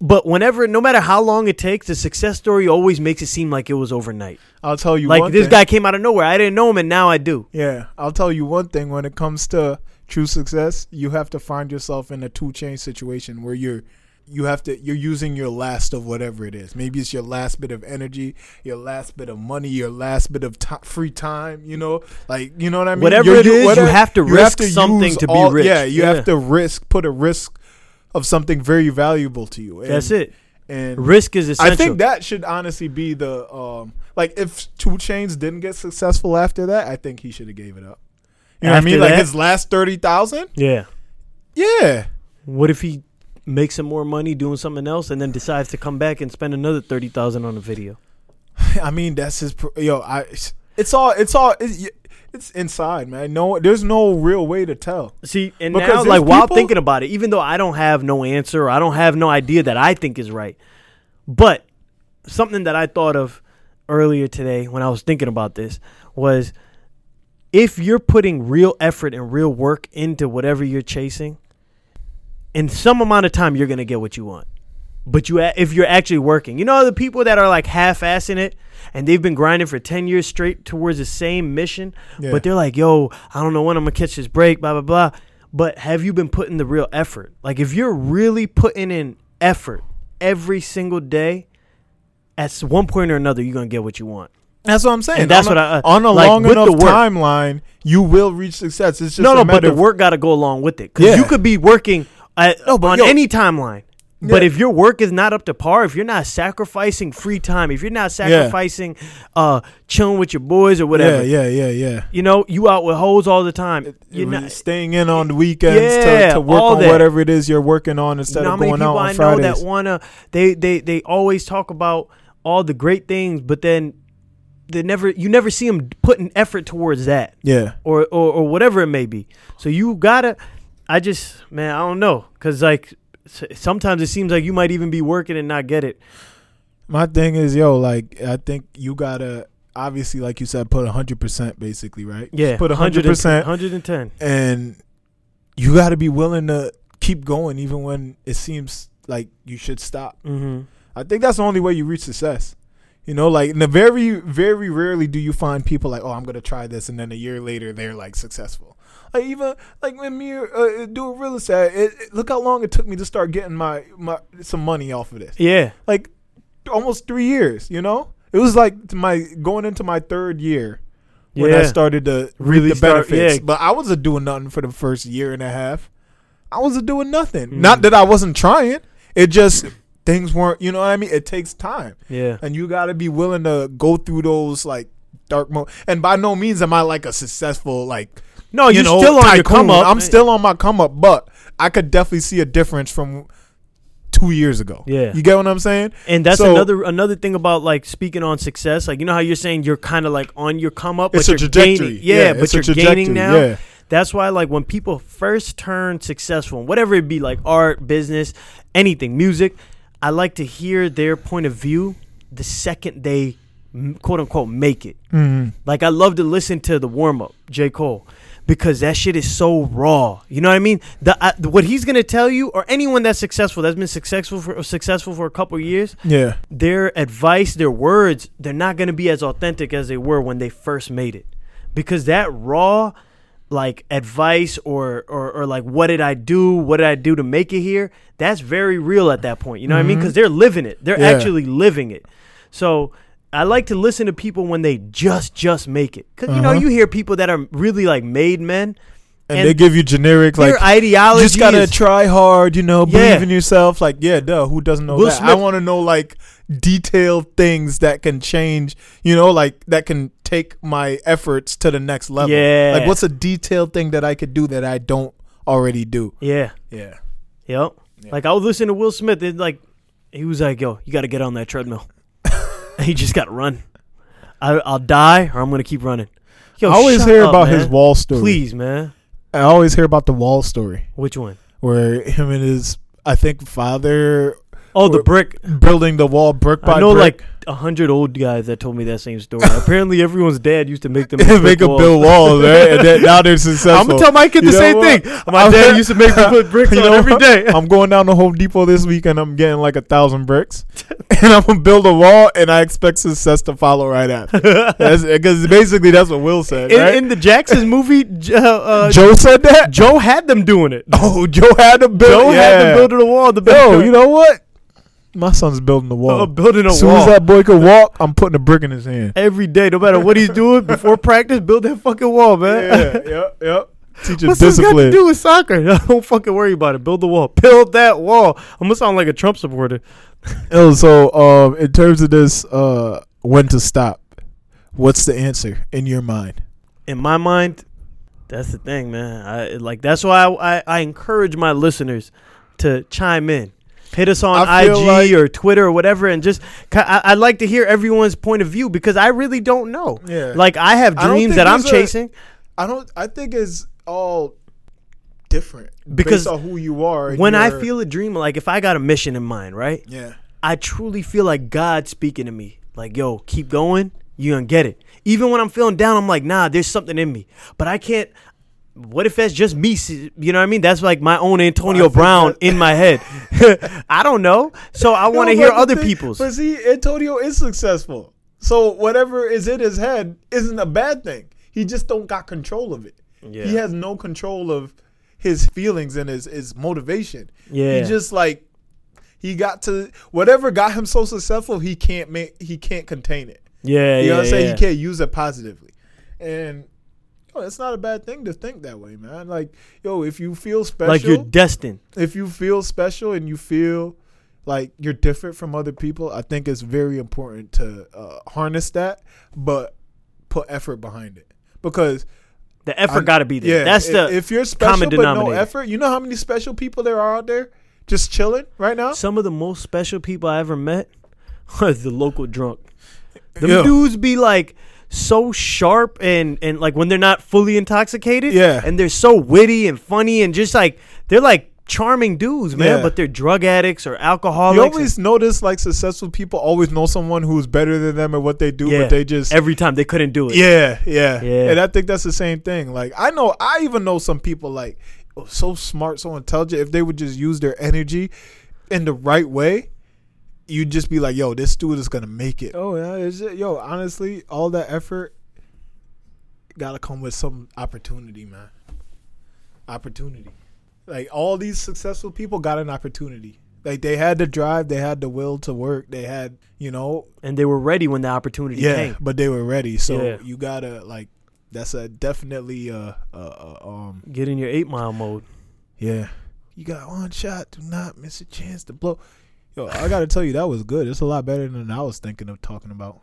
Speaker 2: but whenever, no matter how long it takes, the success story always makes it seem like it was overnight.
Speaker 1: I'll tell you
Speaker 2: like
Speaker 1: one
Speaker 2: this
Speaker 1: thing.
Speaker 2: guy came out of nowhere. I didn't know him, and now I do.
Speaker 1: Yeah, I'll tell you one thing. When it comes to true success, you have to find yourself in a two chain situation where you're. You have to. You're using your last of whatever it is. Maybe it's your last bit of energy, your last bit of money, your last bit of ti free time. You know, like you know what I mean.
Speaker 2: Whatever
Speaker 1: You're-
Speaker 2: it is, you
Speaker 1: whatever-
Speaker 2: have to risk something
Speaker 1: use
Speaker 2: to be rich.
Speaker 1: Yeah, you
Speaker 2: Yeah.
Speaker 1: have to risk. Put a risk of something very valuable to you. And,
Speaker 2: That's it.
Speaker 1: And
Speaker 2: Risk is essential.
Speaker 1: I think that should honestly be the um like if Two Chains didn't get successful after that, I think he should have gave it up. You know what I
Speaker 2: After
Speaker 1: mean? Like
Speaker 2: that?
Speaker 1: his last thirty thousand.
Speaker 2: Yeah.
Speaker 1: Yeah.
Speaker 2: What if he makes some more money doing something else and then decides to come back and spend another 30000 on a video?
Speaker 1: I mean, that's his. Pro- yo, I. It's all. It's all. It's, it's inside, man. No, there's no real way to tell.
Speaker 2: See, and
Speaker 1: Because
Speaker 2: now,
Speaker 1: there's
Speaker 2: like, while
Speaker 1: people-
Speaker 2: thinking about it, even though I don't have no answer or I don't have no idea that I think is right, but something that I thought of earlier today when I was thinking about this was if you're putting real effort and real work into whatever you're chasing, in some amount of time, you're going to get what you want. But you, a- if you're actually working, you know the people that are like half-assing it, and they've been grinding for ten years straight towards the same mission,
Speaker 1: Yeah.
Speaker 2: but they're like, "Yo, I don't know when I'm gonna catch this break," blah blah blah. But have you been putting the real effort? Like, if you're really putting in effort every single day, at s- one point or another, you're gonna get what you want.
Speaker 1: That's what I'm saying.
Speaker 2: And that's
Speaker 1: on a,
Speaker 2: what I- uh,
Speaker 1: on a
Speaker 2: like,
Speaker 1: long
Speaker 2: with
Speaker 1: enough
Speaker 2: the work-
Speaker 1: timeline, you will reach success. It's just
Speaker 2: no,
Speaker 1: a
Speaker 2: no, but
Speaker 1: matter
Speaker 2: the
Speaker 1: of-
Speaker 2: work got to go along with it because
Speaker 1: Yeah.
Speaker 2: you could be working at, on
Speaker 1: yo-
Speaker 2: any timeline. But
Speaker 1: Yeah.
Speaker 2: if your work is not up to par, if you're not sacrificing free time, if you're not sacrificing uh, chilling with your boys or whatever,
Speaker 1: Yeah, yeah, yeah, yeah.
Speaker 2: you know, you out with hoes all the time. You're
Speaker 1: You're
Speaker 2: not,
Speaker 1: staying in on the weekends
Speaker 2: Yeah,
Speaker 1: to, to work
Speaker 2: all
Speaker 1: on
Speaker 2: that.
Speaker 1: whatever it is you're working on instead
Speaker 2: you know how
Speaker 1: of
Speaker 2: many
Speaker 1: going
Speaker 2: people
Speaker 1: out on
Speaker 2: I know
Speaker 1: Fridays.
Speaker 2: that wanna they they they always talk about all the great things, but then they never you never see them putting effort towards that
Speaker 1: yeah,
Speaker 2: or or, or whatever it may be. So you gotta. I just man, I don't know, cause like s- sometimes it seems like you might even be working and not get it.
Speaker 1: my thing is, yo, like I think you gotta obviously, like you said, put hundred percent, basically, right? Just
Speaker 2: Yeah,
Speaker 1: put hundred percent,
Speaker 2: hundred and ten.
Speaker 1: and you gotta be willing to keep going even when it seems like you should stop.
Speaker 2: Mm-hmm.
Speaker 1: I think that's the only way you reach success. You know, like in the very, very rarely do you find people like, oh, I'm gonna try this, and then a year later they're like successful. Like even like when me uh, do real estate, it, it- look how long it took me to start getting my my some money off of this.
Speaker 2: Yeah,
Speaker 1: Like almost three years. You know, it was like my going into my third year when I
Speaker 2: Yeah.
Speaker 1: started to
Speaker 2: Really
Speaker 1: really the
Speaker 2: start-
Speaker 1: benefits.
Speaker 2: yeah.
Speaker 1: But I wasn't doing nothing for the first year and a half. I wasn't doing nothing.
Speaker 2: Hmm.
Speaker 1: Not that I wasn't trying. It just things weren't. You know what I mean? It takes time,
Speaker 2: yeah.
Speaker 1: and you got to be willing to go through those like dark mo. And by no means am I like a successful like.
Speaker 2: No,
Speaker 1: you
Speaker 2: you're
Speaker 1: know,
Speaker 2: still on your
Speaker 1: tycoon.
Speaker 2: come up.
Speaker 1: I'm still on my come up, but I could definitely see a difference from two years ago.
Speaker 2: Yeah.
Speaker 1: you get what I'm saying?
Speaker 2: And that's
Speaker 1: So-
Speaker 2: another another thing about like speaking on success. Like you know how you're saying you're kind of like on your come up,
Speaker 1: It's a
Speaker 2: but you're
Speaker 1: trajectory.
Speaker 2: gaining. Yeah,
Speaker 1: Yeah,
Speaker 2: but
Speaker 1: it's a
Speaker 2: you're gaining
Speaker 1: trajectory,
Speaker 2: now.
Speaker 1: yeah.
Speaker 2: That's why like when people first turn successful, whatever it be, like art, business, anything, music, I like to hear their point of view the second they m- quote unquote make it.
Speaker 1: Mm-hmm.
Speaker 2: Like I love to listen to the warm up, J Cole. Because that shit is so raw, you know what I mean. The I, what he's gonna tell you, or anyone that's successful, that's been successful for successful for a couple years,
Speaker 1: Yeah,
Speaker 2: their advice, their words, they're not going to be as authentic as they were when they first made it. Because that raw like advice or, or or like what did I do? What did I do to make it here? That's very real at that point. You know what I mean? Cuz they're living it. They're
Speaker 1: Mm-hmm. Yeah.
Speaker 2: actually living it. So I like to listen to people when they just just make it. because
Speaker 1: Uh-huh.
Speaker 2: you know, you hear people that are really like made men
Speaker 1: and, they give you generic like
Speaker 2: their ideology
Speaker 1: You just gotta
Speaker 2: is-
Speaker 1: try hard, you know, believe
Speaker 2: Yeah.
Speaker 1: in yourself. Like, yeah, duh, who doesn't know
Speaker 2: Will
Speaker 1: that? I
Speaker 2: Smith-
Speaker 1: want to know like detailed things that can change, you know, like that can take my efforts to the next level.
Speaker 2: Yeah.
Speaker 1: Like, what's a detailed thing that I could do that I don't already do?
Speaker 2: yeah.
Speaker 1: Yeah.
Speaker 2: Yep. Like I was listening to Will Smith, and like he was like, "Yo, you got to get on that treadmill." and he just got to run. I, I'll die, or I'm gonna keep running. Yo,
Speaker 1: I always
Speaker 2: Oh, shut
Speaker 1: hear
Speaker 2: up,
Speaker 1: about his
Speaker 2: man.
Speaker 1: wall story.
Speaker 2: Please, man.
Speaker 1: I always hear about the wall story
Speaker 2: Which one?
Speaker 1: where him and his, I think, father
Speaker 2: Oh, the
Speaker 1: Or-
Speaker 2: brick.
Speaker 1: building the wall brick by
Speaker 2: I know
Speaker 1: brick.
Speaker 2: like a hundred old guys that told me that same story. Apparently, everyone's dad used to make them
Speaker 1: make a build wall, right? And then, now they're successful.
Speaker 2: I'm gonna tell my kid
Speaker 1: You
Speaker 2: the
Speaker 1: know
Speaker 2: same
Speaker 1: what?
Speaker 2: thing. My dad used to make me put bricks
Speaker 1: You
Speaker 2: on
Speaker 1: know
Speaker 2: every
Speaker 1: what?
Speaker 2: day.
Speaker 1: I'm going down to Home Depot this week and I'm getting like a thousand bricks, and I'm gonna build a wall, and I expect success to follow right after. Because basically that's what Will said,
Speaker 2: In,
Speaker 1: right?
Speaker 2: in the Jackson movie, J- uh, uh, Joe,
Speaker 1: Joe said that.
Speaker 2: had them doing it.
Speaker 1: oh, Joe had to build.
Speaker 2: Joe had them
Speaker 1: yeah.
Speaker 2: building a wall. The
Speaker 1: Yo, you know what? My son's building the wall.
Speaker 2: Uh, building a
Speaker 1: as soon
Speaker 2: wall.
Speaker 1: as that boy could walk, I'm putting a brick in his hand.
Speaker 2: every day, no matter what he's doing before practice, build that fucking wall, man.
Speaker 1: yep, yep. Teaching
Speaker 2: What's this got to
Speaker 1: discipline.
Speaker 2: do with soccer? Don't fucking worry about it. Build the wall. Build that wall. I'm gonna sound like a Trump supporter.
Speaker 1: Oh, so um, in terms of this, uh, when to stop? What's the answer in your mind?
Speaker 2: In my mind, That's the thing, man. I like that's why I, I, I encourage my listeners to chime in. Hit us on
Speaker 1: I
Speaker 2: IG
Speaker 1: feel like-
Speaker 2: or Twitter or whatever, and just ca- I, would like to hear everyone's point of view because I really don't know.
Speaker 1: Yeah.
Speaker 2: Like I have
Speaker 1: I don't
Speaker 2: dreams
Speaker 1: think
Speaker 2: that I'm
Speaker 1: there's a-
Speaker 2: chasing.
Speaker 1: I don't. I think it's all different
Speaker 2: Because
Speaker 1: based on who you are. and
Speaker 2: when I
Speaker 1: your-
Speaker 2: feel a dream, like if I got a mission in mind, right?
Speaker 1: yeah,
Speaker 2: I truly feel like God speaking to me. Like, yo, keep going. You're going to get it. Even when I'm feeling down, I'm like, nah, there's something in me. But I can't. What if that's just me? s- You know what I mean? That's like my own Antonio
Speaker 1: think
Speaker 2: Brown
Speaker 1: that-
Speaker 2: in my head. I don't know. So I want to
Speaker 1: No,
Speaker 2: hear
Speaker 1: but the
Speaker 2: other
Speaker 1: thing-
Speaker 2: people's.
Speaker 1: But see, Antonio is successful, so whatever is in his head isn't a bad thing. He just don't got control of it.
Speaker 2: Yeah.
Speaker 1: He has no control of his feelings and his his motivation.
Speaker 2: Yeah.
Speaker 1: he just like he got to whatever got him so successful. He can't make he can't contain it.
Speaker 2: Yeah,
Speaker 1: You know
Speaker 2: yeah,
Speaker 1: what I'm saying?
Speaker 2: yeah.
Speaker 1: He can't use it positively. And yo, it's not a bad thing to think that way, man. Like, yo, if you feel special,
Speaker 2: Like you're destined.
Speaker 1: if you feel special and you feel like you're different from other people, I think it's very important to uh, harness that, but put effort behind it because
Speaker 2: The effort
Speaker 1: I'm-
Speaker 2: got to be there.
Speaker 1: yeah,
Speaker 2: that's
Speaker 1: i-
Speaker 2: the
Speaker 1: if you're special
Speaker 2: common
Speaker 1: but no
Speaker 2: denominator.
Speaker 1: effort. You know how many special people there are out there just chilling right now?
Speaker 2: some of the most special people I ever met are the local drunk. The
Speaker 1: Yeah.
Speaker 2: dudes be like so sharp and and like when they're not fully intoxicated.
Speaker 1: Yeah.
Speaker 2: And they're so witty and funny and just like they're like charming dudes, man.
Speaker 1: Yeah.
Speaker 2: But they're drug addicts or
Speaker 1: You
Speaker 2: alcoholics.
Speaker 1: always notice like successful people always know someone who's better than them at what they do,
Speaker 2: and- yeah.
Speaker 1: but they just
Speaker 2: every time they couldn't do it.
Speaker 1: Yeah, yeah,
Speaker 2: Yeah.
Speaker 1: And I think that's the same thing. Like I know, I even know some people like oh, so smart, so intelligent. If they would just use their energy in the right way, you'd just be like, "Yo, this dude is gonna make it." Oh yeah, it's just, yo. Honestly, all that effort gotta come with some opportunity, man. Opportunity. Like all these successful people got an opportunity. Like they had the drive, they had the will to work, they had, you know,
Speaker 2: And they were ready when the opportunity
Speaker 1: yeah,
Speaker 2: came.
Speaker 1: but they were ready. So
Speaker 2: Yeah.
Speaker 1: you gotta like that's a definitely uh, uh, uh um
Speaker 2: Get in your eight mile mode.
Speaker 1: yeah. You got one shot. Do not miss a chance to blow. Yo, I gotta tell you that was good. It's a lot better than I was thinking of talking about.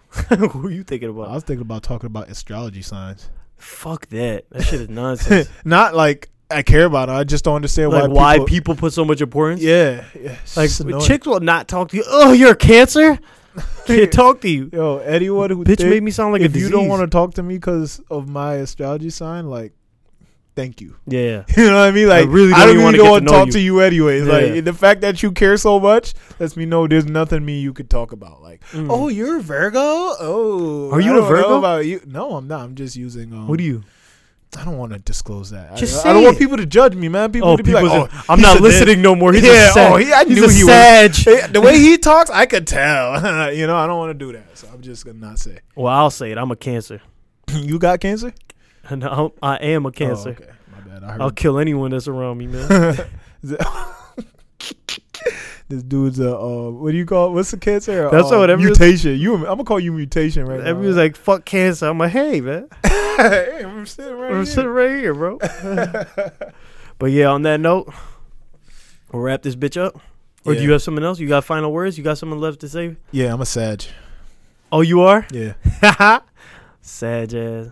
Speaker 2: Who are you thinking
Speaker 1: I
Speaker 2: about?
Speaker 1: was thinking about talking about astrology signs.
Speaker 2: Fuck that. That shit is nonsense.
Speaker 1: Not like I care about it. I just don't understand
Speaker 2: like
Speaker 1: why.
Speaker 2: why people, put so much importance?
Speaker 1: Yeah, yeah. it's
Speaker 2: Like
Speaker 1: just annoying.
Speaker 2: chicks will not talk to you. Oh, you're a cancer. Can't talk to you.
Speaker 1: Yo, anyone who
Speaker 2: Bitch
Speaker 1: think
Speaker 2: made me sound like
Speaker 1: if
Speaker 2: a disease.
Speaker 1: you don't want to talk to me because of my astrology sign, like, thank you.
Speaker 2: Yeah.
Speaker 1: You know what I mean? Like, I
Speaker 2: really
Speaker 1: really
Speaker 2: don't
Speaker 1: don't,
Speaker 2: even wanna
Speaker 1: even
Speaker 2: get
Speaker 1: want
Speaker 2: to
Speaker 1: to
Speaker 2: know
Speaker 1: talk
Speaker 2: you.
Speaker 1: to you anyways.
Speaker 2: Yeah.
Speaker 1: Like, the fact that you care so much lets me know there's nothing me you could talk about. Like, oh, you're a Virgo? Oh.
Speaker 2: Mm. Are
Speaker 1: I
Speaker 2: you a
Speaker 1: don't know
Speaker 2: Virgo?
Speaker 1: about you. No, I'm not. I'm just using. Um,
Speaker 2: What do you?
Speaker 1: I don't want to disclose that.
Speaker 2: Just
Speaker 1: I, I don't
Speaker 2: say
Speaker 1: want
Speaker 2: it.
Speaker 1: people to judge me, man. People
Speaker 2: Oh,
Speaker 1: to be like,
Speaker 2: people's
Speaker 1: oh,
Speaker 2: in- I'm
Speaker 1: he's
Speaker 2: not
Speaker 1: a this.
Speaker 2: listening no more. He's
Speaker 1: yeah,
Speaker 2: a sag.
Speaker 1: oh, he, I
Speaker 2: He's
Speaker 1: knew
Speaker 2: a
Speaker 1: he
Speaker 2: sag.
Speaker 1: was. The way he talks, I could tell. you know, I don't want to do that. So I'm just going to not say.
Speaker 2: Well, I'll say it. I'm a cancer.
Speaker 1: you got cancer?
Speaker 2: No, I'm, I am a
Speaker 1: Oh,
Speaker 2: cancer.
Speaker 1: okay. My bad. I heard
Speaker 2: I'll kill anyone that's around me, man.
Speaker 1: this dude's a uh, what do you call it? what's the cancer?
Speaker 2: That's
Speaker 1: uh,
Speaker 2: what every-
Speaker 1: mutation. You, I'm gonna call you mutation right
Speaker 2: Everyone's
Speaker 1: now.
Speaker 2: like, "Fuck cancer." I'm like, "Hey, man,
Speaker 1: hey, I'm sitting right
Speaker 2: I'm
Speaker 1: here.
Speaker 2: sitting right here, bro." but yeah, on that note, we'll wrap this bitch up. Or do
Speaker 1: Yeah.
Speaker 2: you have something else? You got final words? You got something left to say?
Speaker 1: yeah, I'm a sag.
Speaker 2: Oh, you are.
Speaker 1: Yeah,
Speaker 2: Sag ass.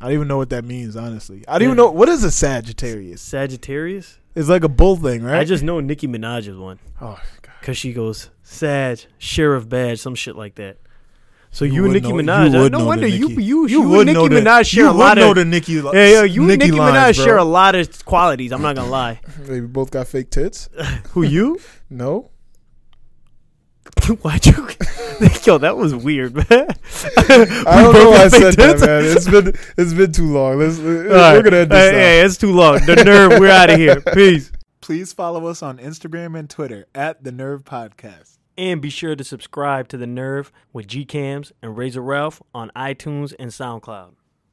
Speaker 1: I don't even know what that means. Honestly, I don't even
Speaker 2: Yeah.
Speaker 1: know what is a Sagittarius.
Speaker 2: Sagittarius.
Speaker 1: It's like a bull thing, right?
Speaker 2: I just know Nicki Minaj is one
Speaker 1: oh, God.
Speaker 2: because she goes Sag, Sheriff Badge, some shit like that. So
Speaker 1: You
Speaker 2: you, and
Speaker 1: would
Speaker 2: Nicki
Speaker 1: know- you
Speaker 2: Minaj. I-
Speaker 1: would know
Speaker 2: no
Speaker 1: the
Speaker 2: wonder you
Speaker 1: Nicki.
Speaker 2: you you, and Nicki
Speaker 1: the-
Speaker 2: Minaj share
Speaker 1: you
Speaker 2: a lot
Speaker 1: would know
Speaker 2: of
Speaker 1: the Nicki. li-
Speaker 2: yeah yeah you and
Speaker 1: Nicki
Speaker 2: Nicki
Speaker 1: lines,
Speaker 2: Minaj
Speaker 1: bro.
Speaker 2: share a lot of qualities. I'm not gonna lie.
Speaker 1: They both got fake tits.
Speaker 2: Who you?
Speaker 1: No,
Speaker 2: Why'd you? Yo, that was weird, man.
Speaker 1: I don't know why I said that, man. It's been it's been too long. Let's we're gonna end this. now.
Speaker 2: Hey, it's too long. The nerve. We're out of here. Peace.
Speaker 1: Please follow us on Instagram and Twitter at The Nerve Podcast.
Speaker 2: And be sure to subscribe to The Nerve with G Cams and Razor Ralph on iTunes and SoundCloud.